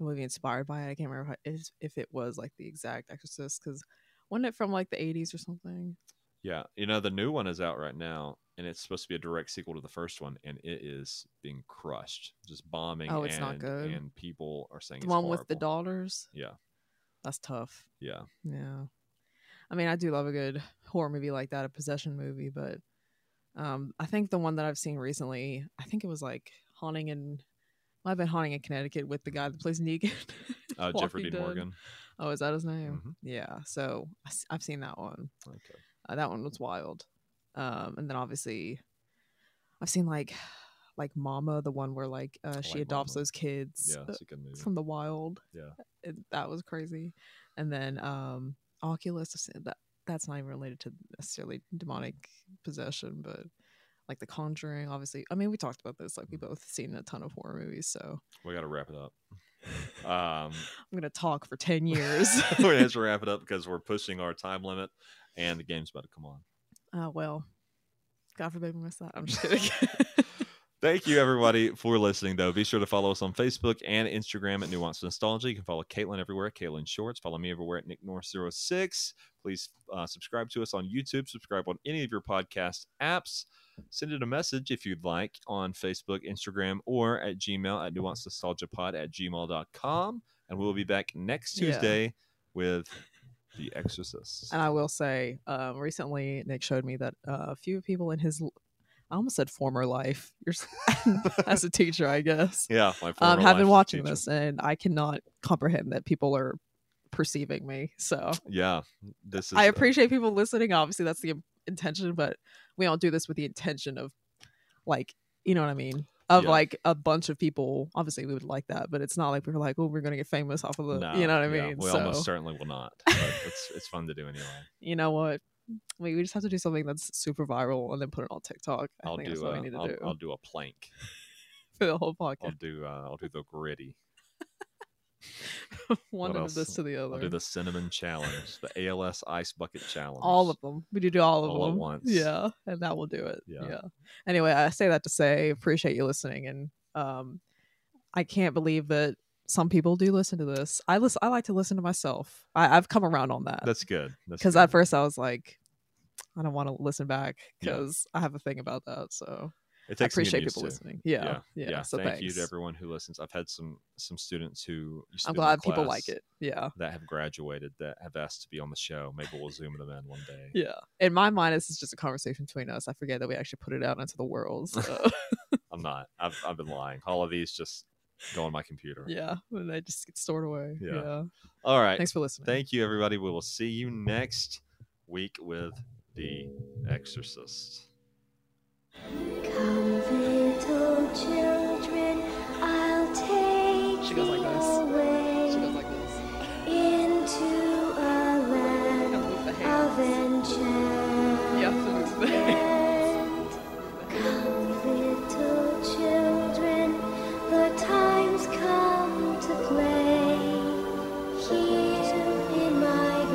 Speaker 3: a movie inspired by it. I can't remember how, if, if it was like the exact Exorcist because wasn't it from like the 80s or something?
Speaker 2: Yeah, you know the new one is out right now, and it's supposed to be a direct sequel to the first one, and it is being crushed, just bombing.
Speaker 3: Oh, it's
Speaker 2: and,
Speaker 3: not good.
Speaker 2: And people are saying
Speaker 3: The
Speaker 2: it's
Speaker 3: one with the
Speaker 2: horrible.
Speaker 3: daughters.
Speaker 2: Yeah,
Speaker 3: That's tough.
Speaker 2: yeah,
Speaker 3: Yeah. I mean, I do love a good horror movie like that, a possession movie, but um, I think the one that I've seen recently, I think it was like Haunting in, might have been Haunting in Connecticut with the guy that plays Negan. [LAUGHS]
Speaker 2: uh, Jeffrey
Speaker 3: Walking
Speaker 2: Dean
Speaker 3: Dead.
Speaker 2: Morgan.
Speaker 3: Oh, is that his name?
Speaker 2: Mhm.
Speaker 3: Yeah. So I s- I've seen that one.
Speaker 2: Okay,
Speaker 3: Uh, that one was wild. Um, and then obviously, I've seen like like Mama, the one where like uh, she
Speaker 2: like
Speaker 3: adopts
Speaker 2: Mama.
Speaker 3: those kids
Speaker 2: yeah,
Speaker 3: uh,
Speaker 2: it's a good movie.
Speaker 3: from the wild.
Speaker 2: Yeah.
Speaker 3: It- that was crazy. And then um, Oculus. I've seen- That that's not even related to necessarily demonic possession, but like The Conjuring. Obviously, I mean, we talked about this. Like we both seen a ton of horror movies, so
Speaker 2: We got to wrap it up. Um,
Speaker 3: I'm gonna talk for
Speaker 2: [LAUGHS]
Speaker 3: ten years. [LAUGHS]
Speaker 2: we're gonna have to wrap it up because we're pushing our time limit, and the game's about to come on.
Speaker 3: uh, well, God forbid we miss that. I'm just kidding. [LAUGHS]
Speaker 2: Thank you, everybody, for listening, though. Be sure to follow us on Facebook and Instagram at Nuance Nostalgia. You can follow Caitlin everywhere at Caitlin Shorts. Follow me everywhere at Nick North06. Please uh, subscribe to us on YouTube. Subscribe on any of your podcast apps. Send it a message if you'd like on Facebook, Instagram, or at Gmail at Nuance Nostalgia Pod at gmail.com. And we'll be back next
Speaker 3: Yeah.
Speaker 2: Tuesday with The Exorcist.
Speaker 3: And I will say, um, recently Nick showed me that uh, a few people in his, l- I almost said former life, you're, [LAUGHS] as a teacher, I guess,
Speaker 2: yeah, my
Speaker 3: um,
Speaker 2: former
Speaker 3: have
Speaker 2: life as
Speaker 3: been
Speaker 2: a
Speaker 3: watching
Speaker 2: teacher.
Speaker 3: this, and I cannot comprehend that people are perceiving me. So
Speaker 2: Yeah, this is
Speaker 3: I appreciate people listening. Obviously, that's the im- intention, but we don't do this with the intention of, like, you know what I mean. Of
Speaker 2: Yeah.
Speaker 3: like a bunch of people, obviously we would like that, but it's not like we were like, oh, we're gonna get famous off of the,
Speaker 2: No,
Speaker 3: you know what I
Speaker 2: yeah,
Speaker 3: mean?
Speaker 2: we
Speaker 3: so
Speaker 2: almost certainly will
Speaker 3: [LAUGHS]
Speaker 2: not. But it's it's fun to do anyway.
Speaker 3: you know what? We, we just have to do something that's super viral and then put it on TikTok. I
Speaker 2: I'll
Speaker 3: think that's
Speaker 2: do
Speaker 3: what
Speaker 2: a,
Speaker 3: we need to
Speaker 2: I'll,
Speaker 3: do
Speaker 2: I'll do a plank.
Speaker 3: for the whole podcast. [LAUGHS]
Speaker 2: I'll do uh, I'll do the gritty.
Speaker 3: One end
Speaker 2: else?
Speaker 3: of this to the
Speaker 2: I'll do
Speaker 3: other.
Speaker 2: the cinnamon challenge, the ALS ice bucket challenge.
Speaker 3: All of them. We do do all of
Speaker 2: All at
Speaker 3: them.
Speaker 2: once.
Speaker 3: Yeah, and that will do it.
Speaker 2: Yeah.
Speaker 3: Yeah. Anyway, I say that to say appreciate you listening, and um, I can't believe that some people do listen to this. I listen. I like to listen to myself. I, I've come around on that
Speaker 2: That's good. That's
Speaker 3: because
Speaker 2: good.
Speaker 3: at first I was like, I don't want to listen back
Speaker 2: Yeah.
Speaker 3: because I have a thing about that. So
Speaker 2: it some getting
Speaker 3: I appreciate
Speaker 2: used
Speaker 3: people
Speaker 2: to.
Speaker 3: listening. Yeah, yeah.
Speaker 2: yeah.
Speaker 3: So
Speaker 2: Thank
Speaker 3: thanks.
Speaker 2: you to everyone who listens. I've had some some students who used to
Speaker 3: I'm
Speaker 2: be in my
Speaker 3: glad people like
Speaker 2: class
Speaker 3: it. Yeah.
Speaker 2: that have graduated that have asked to be on the show. Maybe we'll zoom them in one day.
Speaker 3: [LAUGHS] Yeah. In my mind, this is just a conversation between us. I forget that we actually put it out into the
Speaker 2: [LAUGHS]
Speaker 3: world. So
Speaker 2: I'm not. I've I've been lying. All of these just go on my computer.
Speaker 3: yeah. And I just get stored away.
Speaker 2: Yeah.
Speaker 3: Yeah.
Speaker 2: All right.
Speaker 3: Thanks for listening.
Speaker 2: Thank you, everybody. We will see you next week with The Exorcist.
Speaker 4: Come, little children, I'll take
Speaker 3: She goes like
Speaker 4: you
Speaker 3: this.
Speaker 4: away
Speaker 3: She goes like this.
Speaker 4: into a
Speaker 3: I
Speaker 4: land
Speaker 3: gotta move the
Speaker 4: of
Speaker 3: hands. [LAUGHS] Yeah,
Speaker 4: enchantment.
Speaker 3: so move the hands.
Speaker 4: Come, little children, the time's come to play. Here in my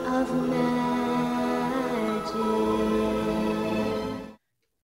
Speaker 4: garden of magic.